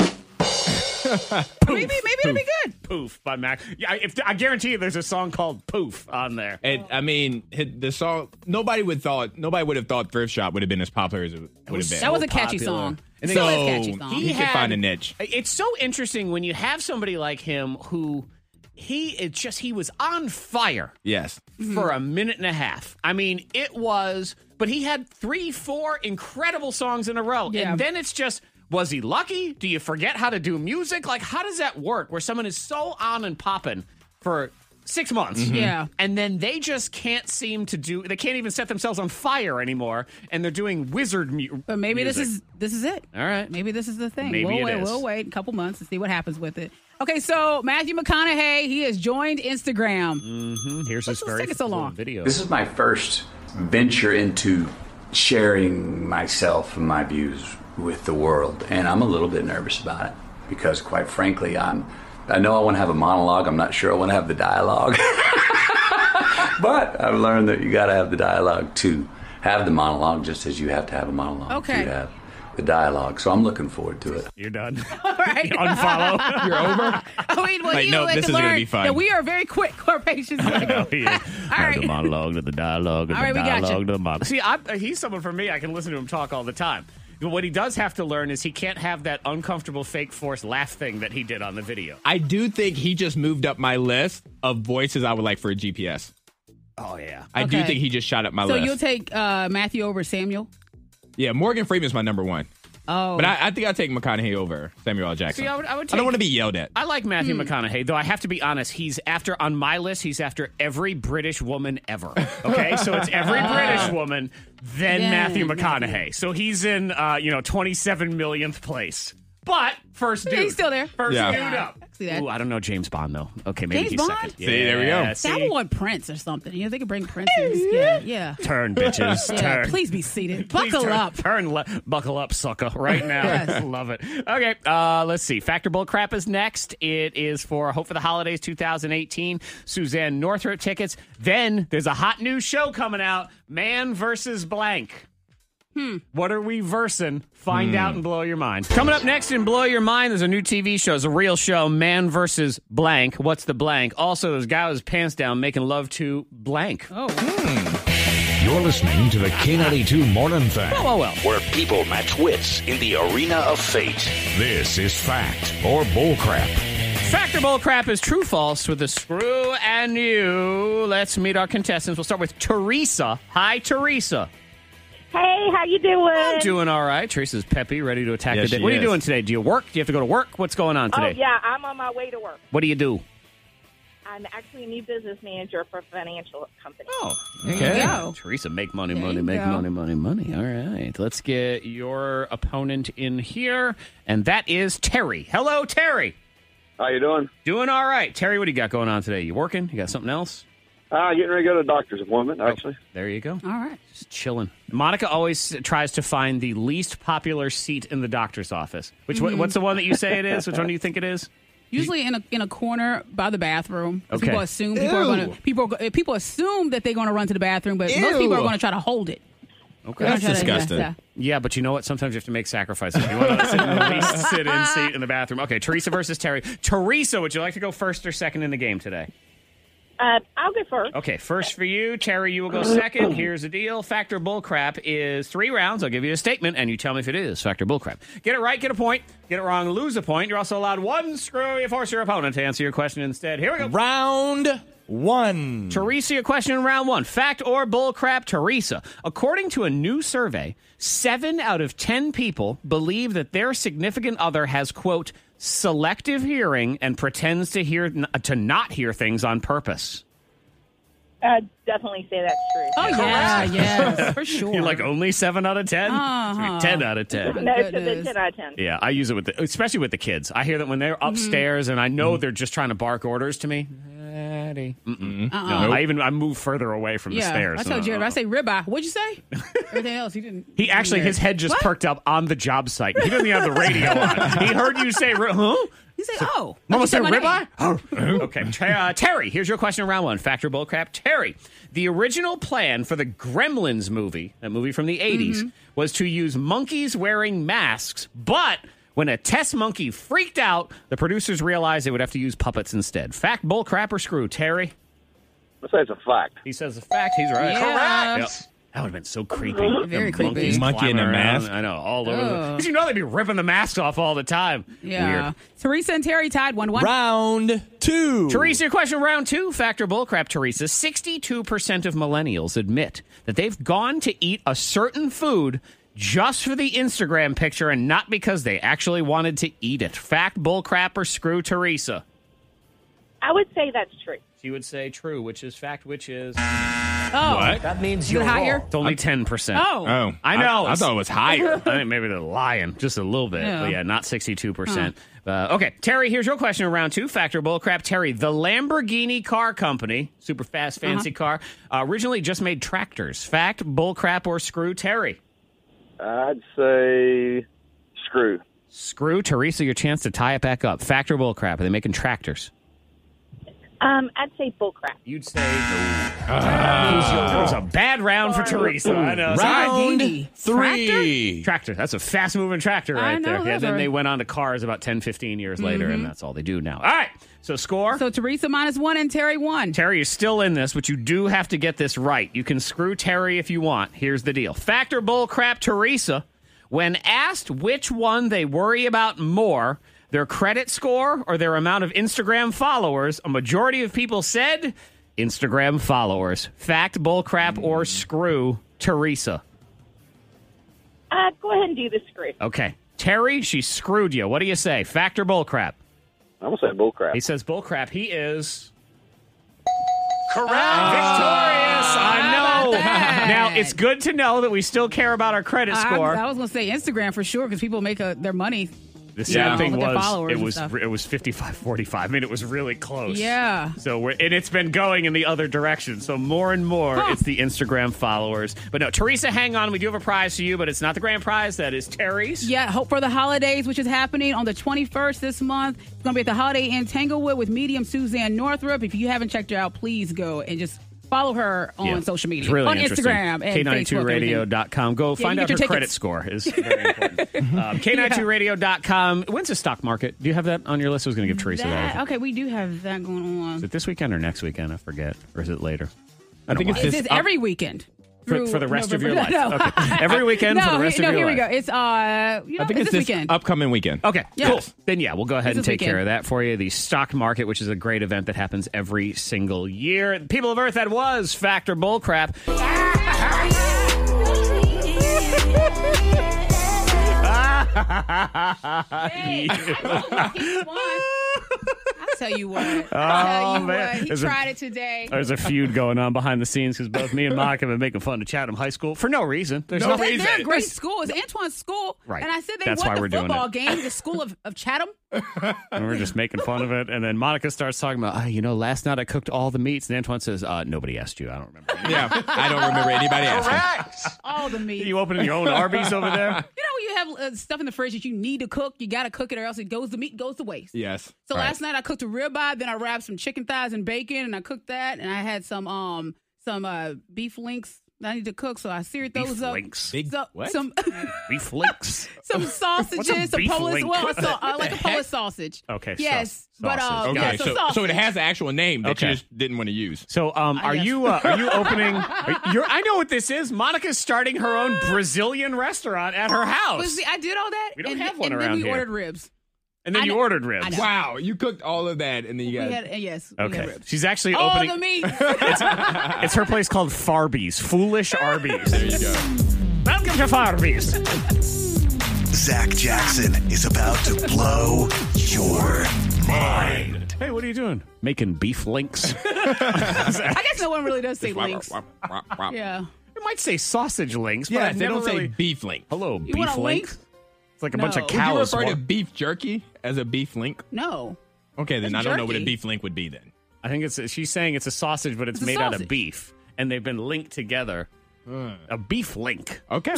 D: maybe maybe it'll be good.
A: Poof by Mac. Yeah, I- if, I guarantee you there's a song called Poof on there.
E: And I mean, hi- the song nobody would thought nobody would have thought Thrift Shop would have been as popular as it would have been.
A: was
D: That was a catchy song.
E: And
D: Still
E: so
D: is a catchy song.
E: he, could
A: had-
E: find a niche.
A: It's so interesting when you have somebody like him who he it's just he was on fire
E: Yes.
D: Hmm.
A: for a minute and a half. I mean, it was but he had 3 4 incredible songs in a row.
D: Yeah.
A: And then it's just was he lucky? Do you forget how to do music? Like how does that work where someone is so on and popping for 6 months?
D: Mm-hmm. Yeah.
A: And then they just can't seem to do they can't even set themselves on fire anymore and they're doing wizard mu-
D: But maybe this
A: music.
D: is this is it.
A: All right.
D: Maybe this is the thing.
A: Maybe
D: we'll
A: it
D: wait.
A: is.
D: We'll wait a couple months and see what happens with it. Okay, so Matthew McConaughey, he has joined Instagram.
A: Mm-hmm. Here's his very
D: taking so
A: little
D: long?
A: video.
N: This is my first venture into sharing myself and my views with the world, and I'm a little bit nervous about it because, quite frankly, I'm. I know I want to have a monologue. I'm not sure I want to have the dialogue, but I've learned that you got to have the dialogue to have the monologue, just as you have to have a
A: Mm.
N: monologue
D: Okay.
N: to have the dialogue. So I'm looking forward to it.
A: You're done.
D: All right.
A: Unfollow. You're over?
D: I mean, well,
N: Like,
D: you
N: no,
D: had
N: this
D: to
N: is gonna
D: learn
N: be fun.
D: that we are very quick. Our patience.
A: The monologue to the dialogue.
D: All right, we got you.
A: See, I, he's someone for me. I can listen to him talk all the time. But What he does have to learn is he can't have that uncomfortable fake force laugh thing that he did on the video.
E: I do think he just moved up my list of voices I would like for a GPS.
A: Oh yeah.
E: I do
D: Okay.
E: think he just shot up my
D: so
E: list.
D: you'll take uh, Matthew over Samuel.
E: yeah, Morgan Freeman's my number one.
D: Oh,
E: But I, I think I'll take McConaughey over Samuel L. Jackson.
A: See, I would- I would
E: don't
A: take-
E: want to be yelled at.
A: I like Matthew
D: Hmm.
A: McConaughey, though I have to be honest. He's after, on my list, he's after every British woman ever. Okay? so it's every British woman, then
E: Then
A: Matthew McConaughey. So he's in, uh, you know, 27 millionth place. But first dude.
D: he's still there.
A: First
E: Yeah.
A: dude up.
D: See that?
A: Ooh, I don't know James Bond, though. Okay, maybe
D: James
A: he's
D: Bond?
A: second.
E: See, there we go.
A: Yeah,
D: I
A: see?
D: would want Prince or something. You know, they could bring Prince. in. Yeah, yeah.
A: Turn, bitches.
D: Yeah,
A: turn.
D: Please be seated.
A: Please
D: Buckle
A: turn,
D: up.
A: Turn le- buckle up, sucker, right now. Love it. Okay, uh, let's see. Factor Bull Crap is next. It is for Hope for the Holidays 2018. Suzanne Northrup tickets. Then there's a hot new show coming out Man versus Blank. Hmm. What are we versing? Find out and blow your mind. Coming up next in Blow Your Mind, there's a new TV show. It's a real show, Man versus Blank. What's the blank? Also, there's a guy with his pants down making love to blank.
D: Oh.
O: You're listening to the K92 Morning Thing.
A: Oh, Well, well, well.
O: Where people match wits in the arena of fate. This is fact or bullcrap.
A: Factor bull crap is true false with a screw and you. Let's meet our contestants. We'll start with Teresa. Hi, Teresa.
M: Hey, how you doing?
A: I'm doing all right. Teresa's peppy, ready to attack
E: Yes,
A: the day.
E: she
A: What are you
E: is.
A: doing today? Do you work? Do you have to go to work? What's going on
M: Oh
A: today?
M: yeah, I'm on my way to work.
A: What do you do?
M: I'm actually a new business manager for a financial company.
A: Oh,
E: Okay.
M: you go.
A: Teresa, make money,
M: There
A: money,
M: you
A: make
M: go.
A: money, money, money. All right. Let's get your opponent in here, and that is Terry. Hello, Terry.
P: How you doing?
A: Doing all right. Terry, what do you got going on today? You working? You got something else?
P: Uh, getting ready to go to the doctor's
H: Oh.
P: appointment, actually.
A: There you go.
D: All right.
A: Just chilling. Monica always tries to find the least popular seat in the doctor's office. Which one-
D: Mhm.
A: what's the one that you say it is? Which one do you think it is?
D: Usually in a in a corner by the bathroom. 'Cause
A: Okay.
D: People assume people are
A: Ew.
D: going to people are, go- eh, people assume that they're going to run to the bathroom, but most
A: Ew.
D: people are going to try to hold it.
A: Okay,
D: That's That's disgusting. disgusting.
A: Yeah, but you know what? Sometimes you have to make sacrifices. You want to sit in the least sit-in seat in the bathroom. Okay, Teresa versus Terry. Teresa, would you like to go first or second in the game today?
M: Uh, I'll go first.
A: Okay, first for you, Terry. You will go second. Here's the deal: Factor bullcrap is three rounds. I'll give you a statement, and you tell me if it is Factor bullcrap. Get it right, get a point. Get it wrong, lose a point. You're also allowed one screw. You force your opponent to answer your question instead. Here we go.
E: Round
A: one. Teresa, your question in round one. Fact or bullcrap, Teresa? According to a new survey, seven out of 10 people believe that their significant other has, quote, selective hearing and pretends to hear to not hear things on purpose.
M: I'd Uh, definitely say that's true.
D: Oh, yeah, yes, for sure.
A: You're like only seven out of 10
D: Uh-huh.
A: 10 out of 10.
M: No, it's a 10 out of 10.
A: Yeah, I use it with the, especially with the kids. I hear that when they're
D: Mm-hmm.
A: upstairs, and I know they're just trying to bark orders to me. Daddy. Mm-mm.
D: Uh-uh.
A: No, I even I move further away from the
D: yeah,
A: stairs. Uh-uh. uh,
D: I told Jared. I say ribeye. What'd you say? Everything else he didn't.
A: He actually, his head just
D: What?
A: perked up on the job site. He doesn't even have the radio on. He heard you say, ri- huh?
D: He said, "Oh,
A: Mama
D: you
A: said
D: my name."
A: ribeye? okay, Ter- uh, Terry, here's your question in round one. Factor bullcrap. Terry, the original plan for the Gremlins movie, that movie from the 80s,
Q: Mhm.
A: was to use monkeys wearing masks, but when a test monkey freaked out, the producers realized they would have to use puppets instead. Fact, bullcrap, or screw, Terry?
P: Let's say it's a fact.
A: He says a fact. He's right.
P: Yeah.
A: Correct. Yep. That would have been so creepy.
P: Very
A: The
P: creepy. Oh.
A: monkeys
E: Monkey in a
A: climbing around.
E: mask.
A: I know, all over.
D: Ugh.
A: the Because you know they'd be ripping the masks off all the time.
D: Yeah.
A: Weird.
D: Teresa and Terry tied one one.
A: Round two. Teresa, your question round two. Factor bullcrap, Teresa. 62% of millennials admit that they've gone to eat a certain food just for the Instagram picture and not because they actually wanted to eat it. Fact, bullcrap, or screw Teresa?
M: I would say that's true.
A: She would say true, which is fact, which is.
M: Oh. That means you're higher? wrong.
A: It's only ten percent.
M: Oh. Oh.
A: I know.
E: I- I thought it was higher.
A: I think maybe they're lying just a little bit.
E: Yeah.
A: But yeah, not sixty-two percent. Uh, okay, Terry. Here's your question in round two. Factor bullcrap, Terry. The Lamborghini car company, super fast,
E: Uh-huh.
A: fancy car, uh, originally just made tractors. Fact, bullcrap, or screw, Terry?
P: I'd say screw.
A: Screw, Teresa. Your chance to tie it back up. Factor bullcrap. Are they making tractors?
M: Um, I'd say bullcrap.
A: You'd say Ah. That was a bad round for Teresa. I know.
E: Round
A: Sorry.
E: three.
A: Tractor? Tractor. That's a fast moving tractor
E: I
A: right
E: know, Mm-hmm.
A: there. Yeah,
E: those
A: then
E: are-
A: they went on to cars about 10, 15 years later, and that's all they do now. All right. So score.
D: So Teresa minus one and Terry one.
A: Terry, you're still in this, but you do have to get this right. You can screw Terry if you want. Here's the deal Factor bull crap, Teresa. When asked which one they worry about more, their credit score or their amount of Instagram followers, a majority of people said Instagram followers. Fact, bull crap, or screw Teresa.
M: Uh, go ahead and do the screw.
A: Okay. Terry, she screwed you. What do you say? Fact or bullcrap?
P: I'm going to say bullcrap.
A: He says bullcrap. He is. Correct. Victorious. Ah. I know. Now, it's good to know that we still care about our credit
D: I-
A: score.
D: I, was gonna say Instagram for sure because people make uh their money.
A: the
D: you
A: sad
D: know,
A: thing
D: with their
A: was
D: followers
A: it
D: and
A: was
D: stuff.
A: it was 55-45. I mean, it was really close.
D: Yeah.
A: So we're, and it's been going in the other direction. So more and more, it's the Instagram followers. But no, Teresa, hang on. We do have a prize for you, but it's not the grand prize. That is Terry's.
D: Yeah, Hope for the Holidays, which is happening on the 21st this month. It's going to be at the Holiday Inn Tanglewood with medium Suzanne Northrup. If you haven't checked her out, please go and just follow her on
A: Yeah.
D: social media,
A: It's really
D: on
A: interesting.
D: Instagram, and Facebook, everything.
A: K92radio.com. Go
D: Yeah, you
A: find
D: get
A: out her
D: your
A: credit
D: tickets.
A: score is very important. um, K92radio.com. When's the stock market? Do you have that on your list? I was going to give Teresa that.
D: That- okay, we do have that going
A: Is
D: on.
A: it this weekend or next weekend? I forget. Or is it later? I, don't
D: It's,
A: mind.
D: it's every weekend.
A: for,
D: through
A: for the rest of your life.
D: November. No.
A: Okay. Every weekend
D: no,
A: for the rest
D: he- no,
A: of your
D: here
A: life.
D: we go. It's uh, you know,
E: I think
D: it's,
E: it's
D: this
E: this
D: weekend.
E: upcoming weekend.
A: Okay,
D: Yeah.
A: cool. Then yeah, we'll go ahead
D: It's
A: and
D: this
A: take care
D: weekend.
A: of that for you. The stock market, which is a great event that happens every single year. People of Earth, that was Factor Bullcrap.
D: I'll tell you what.
A: Oh,
D: I'll tell you
A: man.
D: what. He
A: There's a-
D: tried it today.
A: There's a feud going on behind the scenes because both me and Monica have been making fun of Chatham High School for no reason. There's
D: They're-
A: nothing.
D: They're a great school. It's Antoine's school.
A: Right.
D: And I said they
A: That's
D: won
A: why
D: the
A: we're doing
D: football
A: it.
D: game, the school of, of Chatham.
A: And we're just making fun of it. And then Monica starts talking about, "Ah, you know, last night I cooked all the meats. And Antoine says, uh, nobody asked you. I don't remember.
E: Yeah, I don't remember anybody asking.
D: All the meat.
A: You opening your own Arby's over there?
D: You know, when you have uh, stuff in the fridge that you need to cook, you got to cook it or else it goes, the meat goes to waste.
E: Yes.
D: So last night I cooked a ribeye, then I wrapped some chicken thighs and bacon, and I cooked that, and I had some um some uh beef links that I need to cook, so I seared those
A: Beef
D: up.
A: links.
E: Big,
D: So,
A: what?
D: Some
A: Beef links.
D: some sausages, some
E: beef
D: Polish.
E: link?
D: Well, I saw,
E: What
D: uh, like a
E: the heck?
D: Polish sausage.
A: Okay,
D: Yes,
A: saus-
D: but uh,
A: sausage.
D: yeah,
E: Okay,
D: so,
E: so,
D: sausage.
E: so it has an actual name that
A: Okay.
E: you just didn't want to use.
A: So, um, are
E: guess.
A: you uh, are you opening? are you- you're, I know what this is. Monica's starting her own Brazilian restaurant at her
D: But
A: house.
D: see, I did all that.
A: We don't
D: and,
A: have one
D: and
A: around
D: then we
A: here.
D: ordered ribs.
A: And then
D: I
A: you
D: know-
A: ordered ribs.
D: I know.
E: Wow, you cooked all of that and then you
D: We
E: got.
D: had, uh, yes. we had
A: Okay.
D: ribs.
A: She's actually
D: All
A: opening.
D: the meat.
A: it's her place called Farby's. Foolish Arby's. There
E: you go.
A: Welcome to Farby's.
Q: Zach Jackson is about to blow your mind.
A: Hey, what are you doing? Making beef links.
D: I guess no one really does say links. Yeah.
A: It might say sausage links, but
E: Yeah,
A: I've
E: they
A: never
E: don't say
A: really-
E: beef link.
A: Hello,
D: You
A: beef
D: want a link?
A: links. It's like a bunch of
D: No.
E: Would you
A: cows.
E: refer to
A: wa-
E: beef jerky as a beef link?
D: No.
E: Okay, then
D: That's
E: I don't know what a
D: jerky.
E: beef link would be then.
A: I think it's. She's saying it's a sausage, Hmm. but it's,
D: It's a
A: made out of
D: sausage.
A: beef, and they've been linked together. A beef link.
E: Okay.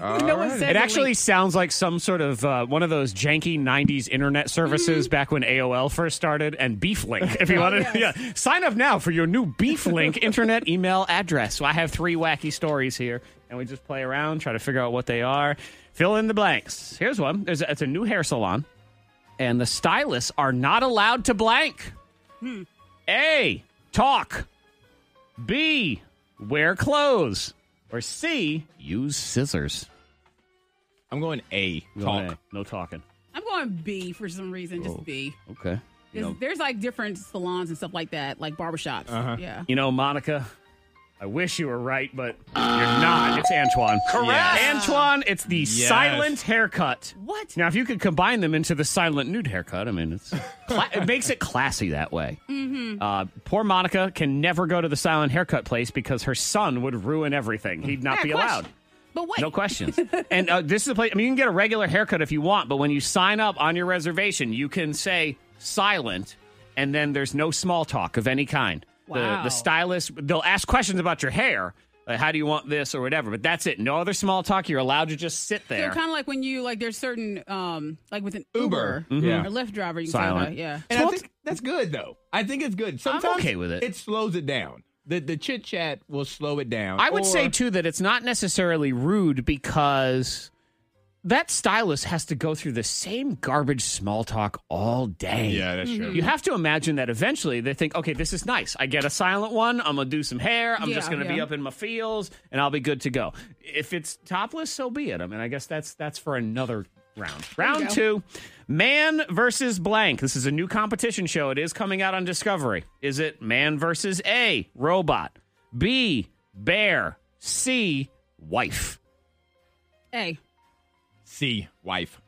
D: No one said
A: It
D: the
A: actually
D: link.
A: sounds like some sort of uh, one of those janky '90s internet services back when AOL first started, and BeefLink. If you
E: Mm-hmm. Oh,
A: want to,
E: yes.
A: yeah, sign up now for your new BeefLink internet email address. So I have three wacky stories here, and we just play around, try to figure out what they are, fill in the blanks. Here's one. There's a, it's a new hair salon, and the stylists are not allowed to blank.
E: Hmm.
A: A. Talk. B. Wear clothes. Or C. Use scissors.
E: I'm going A.
A: Talk.
E: talk.
A: No talking.
D: I'm going B for some reason, just B.
A: Okay. Oh. You
D: 'Cause
A: know,
D: There's like different salons and stuff like that, like barbershops.
A: uh-huh.
D: Yeah.
A: You know, Monica, I wish you were right, but you're not. It's Antoine.
K: Correct.
A: Yeah. Antoine, it's the
K: Yes.
A: silent haircut.
D: What?
A: Now, if you could combine them into the silent nude haircut, I mean, it's cla- it makes it classy that way.
D: Mm-hmm.
A: Uh, poor Monica can never go to the silent haircut place because her son would ruin everything. He'd not
D: I got a
A: be
D: question.
A: allowed.
D: But wait.
A: No questions. and uh, this is the place. I mean, you can get a regular haircut if you want, but when you sign up on your reservation, you can say silent, and then there's no small talk of any kind. The,
K: Wow.
A: the stylist, they'll ask questions about your hair. Like, how do you want this or whatever? But that's it. No other small talk. You're allowed to just sit
D: They're
A: there.
D: kind of like when you like there's certain um like with an Uber,
E: Uber.
A: Mhm. Yeah.
D: or Lyft driver you can
A: Silent.
D: Talk about, yeah.
E: And I think that's good though. I think it's good. Sometimes
A: okay with it.
E: It slows it down. The the chit chat will slow it down.
A: I would say,
E: Or-
A: too, that it's not necessarily rude because that stylist has to go through the same garbage small talk all day.
E: Yeah, that's true. Mhm.
A: You have to imagine that eventually they think, okay, this is nice. I get a silent one. I'm going to do some hair. I'm just
K: Yeah,
A: going to be
K: yeah.
A: up in my fields and I'll be good to go. If it's topless, so be it. I mean, I guess that's that's for another round.
K: you
A: Round
K: go.
A: two, man versus blank. This is a new competition show. It is coming out on Discovery. Is it man versus A, robot, B, bear, C, wife?
D: Hey.
E: C, wife.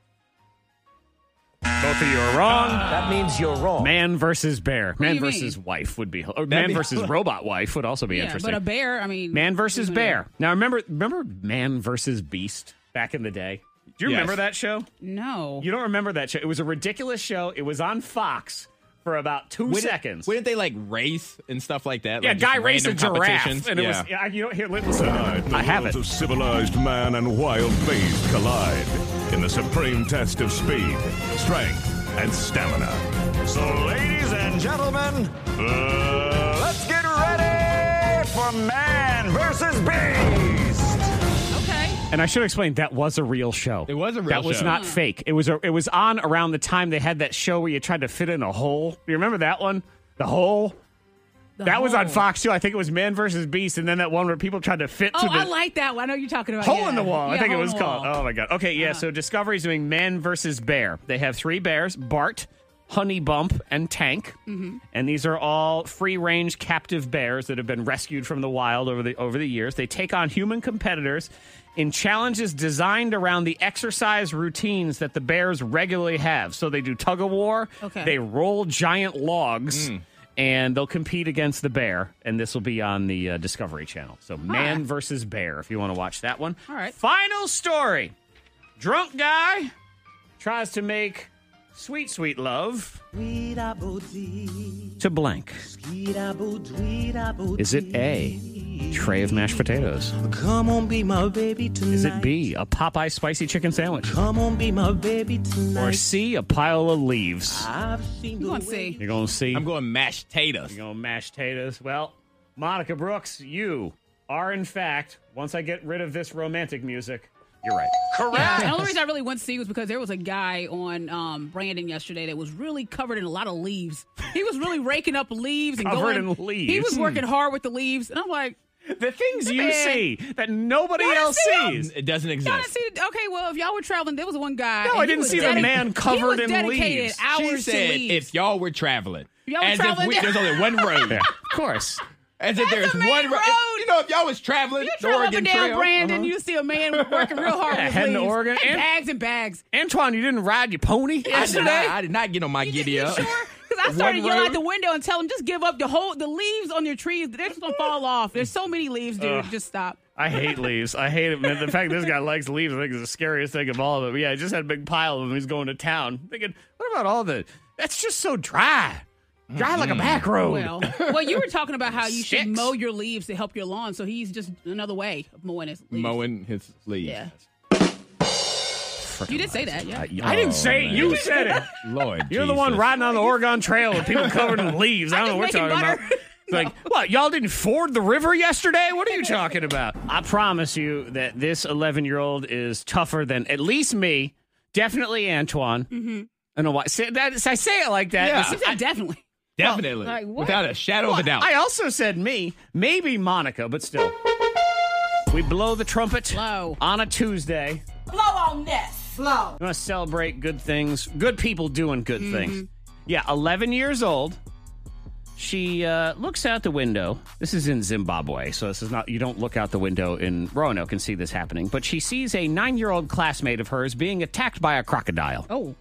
A: Both of you are wrong. that means you're wrong. Man versus bear. Man versus wife would be, or man
K: be-
A: versus robot wife would also be
D: yeah,
A: interesting.
D: But a bear, I mean
A: Man versus
D: yeah.
A: bear. Now remember, remember man versus beast back in the day. Do you
K: Yes.
A: remember that show?
D: No.
A: You don't remember that show? It was a ridiculous show. It was on Fox for about two
E: Wouldn't-
A: seconds.
E: Wouldn't they like race and stuff like that?
A: yeah,
E: Like, just
A: guy raced a
E: random competitions?
A: giraffe, and it
E: Yeah.
A: was. Yeah, you don't hear. Listen,
O: Tonight,
A: I
O: the
A: have
O: worlds
A: it.
O: of civilized man and wild beast collide in the supreme test of speed, strength, and stamina. So, ladies and gentlemen, uh, let's get ready for man versus beast.
D: Okay.
A: And I should explain that was a real show. It was a
E: real
A: That was
E: show.
A: not
E: Huh.
A: fake. It was a, it was on around the time they had that show where you tried to fit in a hole. You remember that one? The hole. that was on
D: Hole.
A: Fox too. I think it was Man versus Beast, and then that one where people tried to fit.
D: Oh,
A: to the,
D: I like that one. I know you're talking about
A: Hole
D: yeah.
A: in the wall. I
D: Yeah,
A: think it
D: hole in
A: was
D: the
A: called.
D: wall. Uh-huh.
A: Oh my god. Okay, yeah. So Discovery's doing Man versus Bear. They have three bears: Bart, Honey Bump, and Tank.
D: Mm-hmm.
K: Mhm.
A: And these are all free-range captive bears that have been rescued from the wild over the over the years. They take on human competitors in challenges designed around the exercise routines that the bears regularly have. So they do tug of war.
K: Okay.
A: They roll giant logs. And they'll compete against the bear, and this will be on the uh, Discovery Channel. So, man versus bear, if you want to watch that one.
K: All right.
A: Final story. Drunk guy tries to make sweet, sweet love to blank. Is it A, tray of mashed potatoes?
F: Come on, be my baby tonight.
A: Is it B, a Popeye spicy chicken sandwich?
F: Come on, be my baby tonight.
A: Or C, a pile of leaves?
F: I've seen
D: You want to see?
A: You're going to see. I'm
E: going mashed potatoes.
A: You're going mashed potatoes. Well, Monica Brooks, you are, in fact, once I get rid of this romantic music, you're right.
D: Yeah, the only reason I really went to see was because there was a guy on um, Brandon yesterday that was really covered in a lot of leaves. He was really raking up leaves and
A: Covered
D: going
A: in leaves.
D: He was
A: Hmm.
D: working hard with the leaves, and I'm like,
A: The things you
D: Man.
A: see that nobody
D: Y'all didn't
A: else
D: see that?
A: sees.
E: It doesn't
D: Y'all didn't see the, okay, well, if y'all were traveling, there was one guy.
A: No,
D: and
A: I
D: he
A: didn't
D: was
A: see the
D: dedica-
A: man
D: he
A: covered
D: was
A: in
D: dedicated
A: leaves.
D: Hours
E: She said
D: to leaves.
E: if y'all were traveling.
D: If y'all were
E: as
D: traveling-
E: if we, there's only one road.
A: Of course.
E: As if there's
D: main
E: one road.
D: road.
E: You know, if y'all was traveling,
D: you
E: the
D: travel up
E: Oregon
D: and down
E: Trail,
D: Brandon,
E: uh-huh.
D: you see a man working real hard
E: Yeah,
D: with
E: heading to
D: leaves
E: Oregon
D: and
E: and-
D: bags and bags.
A: Antoine, you didn't ride your pony yesterday?
E: I did not, I did not get on my giddy up.
D: Because I
E: One
D: started yelling out
E: road.
D: the window and telling him just give up the whole the leaves on your trees. They're just gonna fall off. There's so many leaves, dude.
A: Ugh.
D: Just stop.
A: I hate leaves. I hate it. Man. The fact this guy likes leaves, I think, is the scariest thing of all of it. But yeah, I just had a big pile of them. He's going to town. Thinking, what about all the? That's just so dry, dry like a back road.
D: Mm. Well, well, you were talking about how you should
A: Oh. Sticks.
D: mow your leaves to help your lawn. So he's just another way of mowing his leaves.
E: Mowing his leaves.
D: Yeah. You did say that, yeah.
A: I
E: oh,
A: didn't say it. You said it.
E: Lord.
A: You're the one
E: Jesus.
A: riding on the Oregon Trail with people covered in leaves. I don't know what
D: just
A: we're talking
D: making
A: about. It's like, what? Y'all didn't ford the river yesterday? What are you talking about? I promise you that this 11 year old is tougher than at least me, definitely Antoine.
D: Mhm.
A: I don't know why. Say, that, I say it like that.
D: She said definitely.
E: Definitely.
D: Like, what?
E: Without a shadow of a doubt.
A: I also said me, maybe Monica, but still. We blow the trumpet on a Tuesday.
C: Blow on this. Blow.
A: You want to celebrate good things, good people doing good
C: Mhm.
A: things. Yeah, 11 years old. She uh, looks out the window. This is in Zimbabwe, so this is not, you don't look out the window in Roanoke and see this happening. But she sees a nine year old classmate of hers being attacked by a crocodile.
D: Oh.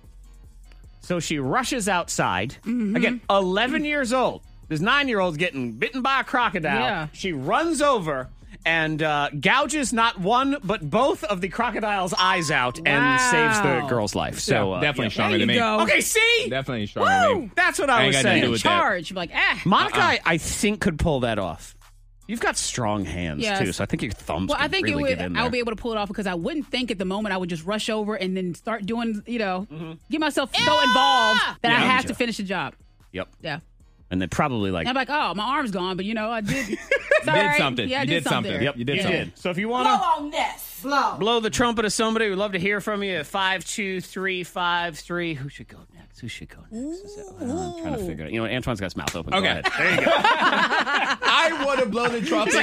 A: So she rushes outside.
D: Mm-hmm.
A: Again, 11 years old. This nine year old's getting bitten by a crocodile.
D: Yeah.
A: She runs over and uh, gouges not one, but both of the crocodile's eyes out and saves the
E: Wow.
A: girl's life. So
E: Yeah,
A: uh,
E: definitely
A: yeah.
E: stronger than me.
A: Okay, see?
E: Definitely stronger than me.
A: That's what I,
E: ain't
A: was
E: got nothing to do
A: saying.
E: with Uh-uh. that.
D: Charge. Like, ah.
A: Monica, I, I think, could pull that off. You've got strong hands,
D: Yes.
A: too, so I think your thumbs
D: Well,
A: could
D: I think
A: really get
D: it
A: in
D: would.
A: there.
D: I would be able to pull it off because I wouldn't think at the moment I would just rush over and then start doing, you know, get myself so involved that I
A: Yeah.
D: have to finish the job.
A: yep.
D: Yeah.
A: And then probably like
D: And I'm like, oh, my arm's gone, but you know, I did.
A: You
D: Sorry.
A: did
D: Yeah, I did something.
A: Yep, you did
D: Yeah.
A: something. So if you
D: Blow
A: want to
D: on this. Blow.
A: blow the trumpet of somebody, we'd love to hear from you at 52353. Who should go next? Who should go next? Is it- well, I'm trying to figure it out. You know, what? Antoine's got his mouth open.
E: Okay.
A: Go ahead. There you go.
E: I want to blow the trumpet.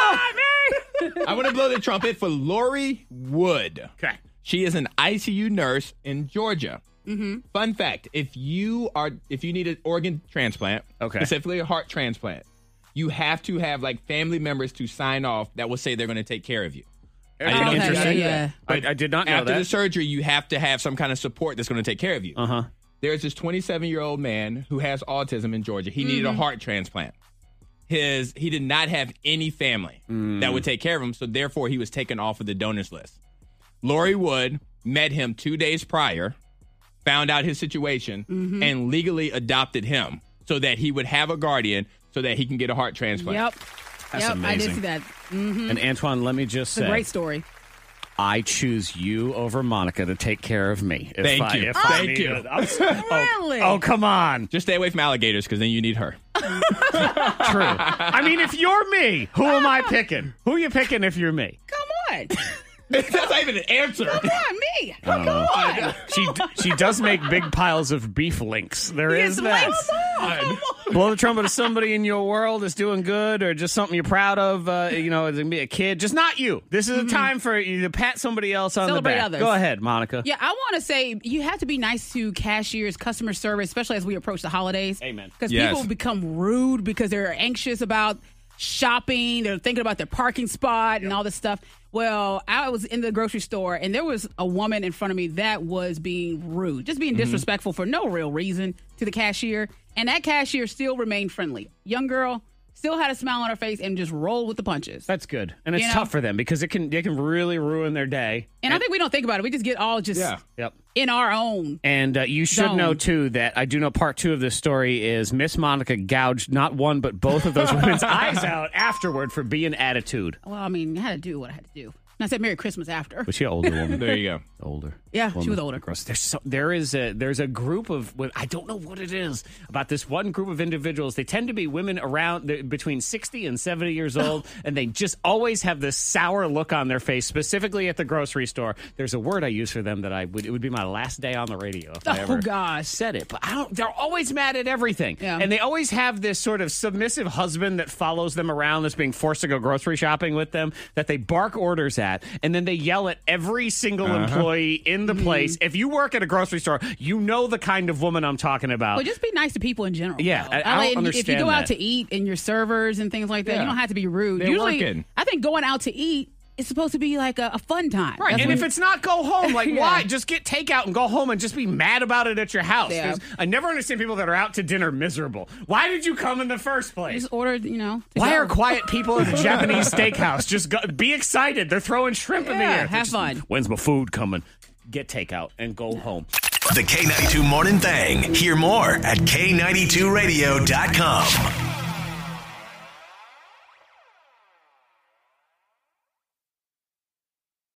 E: I want to blow the trumpet for Lori Wood.
A: Okay.
E: She is an ICU nurse in Georgia.
D: Mm-hmm.
E: Fun fact: If you are, if you need an organ transplant, okay, specifically a heart transplant, you have to have like family members to sign off that will say they're going to take care of you.
A: Okay, interesting. Yeah.
E: But
A: I- I did not know
E: after
A: that. Uh-huh.
E: the surgery, you have to have some kind of support that's going to take care of you. Uh
A: huh.
E: There's this 27 year old man who has autism in Georgia. He needed a
A: Mhm.
E: heart transplant. His he did not have any family that
A: Mm.
E: would take care of him, so therefore he was taken off of the donors list. Lori Wood met him two days prior, found out his situation,
D: Mhm.
E: and legally adopted him so that he would have a guardian so that he can get a heart transplant.
D: Yep.
A: That's
D: yep. I did
A: amazing.
D: see that. Mm-hmm.
A: And Antoine, let me just
D: it's a
A: say,
D: great story.
A: I choose you over Monica to take care of me. If
E: Thank
A: I-
E: you.
A: if I
E: Thank
A: need
E: you.
A: it. I'm so-
D: Really?
A: Oh, come on.
E: Just stay away from alligators because then you need her.
A: True. I mean, if you're me, who am I picking? Who are you picking if you're me?
D: Come on.
E: That's not even an answer.
D: Come on, me.
A: I don't know. She she does make big piles of beef links. There is
D: Yes,
A: that.
D: links.
A: Blow the trumpet of somebody in your world is doing good, or just something you're proud of. Uh, you know, it's gonna be a kid, just not you. This is a time for you to pat somebody else on
D: Mm-hmm. Celebrate
A: the back.
D: others.
A: Go ahead, Monica.
D: Yeah, I want to say you have to be nice to cashiers, customer service, especially as we approach the holidays. Amen. Because
A: Yes.
D: people become rude because they're anxious about shopping, they're thinking about their parking spot and all this stuff. Well, I was in the grocery store and there was a woman in front of me that was being rude, just being
A: Mm-hmm.
R: Mhm.
D: disrespectful for no real reason to the cashier. And that cashier still remained friendly. Young girl still had a smile on her face and just rolled with the punches.
A: That's good, and it's
D: You know?
A: tough for them because it can it can really ruin their day.
D: And I think we don't think about it. We just get all just
A: Yep.
D: in our own.
A: And uh, you should
D: Zone.
A: know too that I do know part two of this story is Miss Monica gouged not one but both of those women's eyes out afterward for being attitude.
D: Well, I mean, I had to do what I had to do. And I said Merry Christmas after.
A: But she an older woman.
E: There you go.
A: Older.
D: Yeah, she
A: Woman
D: was older.
A: Across. There's so, there is a there's a group of well, I don't know what it is about this one group of individuals. They tend to be women around they're between 60 and 70 years old, and they just always have this sour look on their face, specifically at the grocery store. There's a word I use for them that I would it would be my last day on the radio if I
D: Oh,
A: ever
D: gosh.
A: said it. But I don't. They're always mad at everything, and they always have this sort of submissive husband that follows them around, that's being forced to go grocery shopping with them, that they bark orders at, and then they yell at every single
E: Uh-huh.
A: employee in
D: Mm-hmm.
A: the place. If you work at a grocery store, you know the kind of woman I'm talking about.
D: Well, just be nice to people in general.
A: Yeah,
D: though.
A: I- I don't
D: if you- If you
A: understand
D: go
A: that.
D: out to eat and your servers and things like that,
A: Yeah.
D: you don't have to be rude.
A: They're
D: Usually,
A: working.
D: I think going out to eat is supposed to be like a, a fun time.
A: Right,
D: That's
A: and
D: when-
A: if it's not, go home. Like,
D: Yeah.
A: why? Just get takeout and go home and just be mad about it at your house.
D: Yeah.
A: 'Cause I never understand people that are out to dinner miserable. Why did you come in the first place?
D: just order, you know. to
A: Why
D: go.
A: are quiet people at the Japanese steakhouse? Just go, be excited. They're throwing shrimp in the
D: Yeah,
A: air.
D: have
A: Just,
D: fun.
A: When's my food coming? Get takeout and go home.
Q: The K92 Morning Thing. Hear more at K92Radio.com.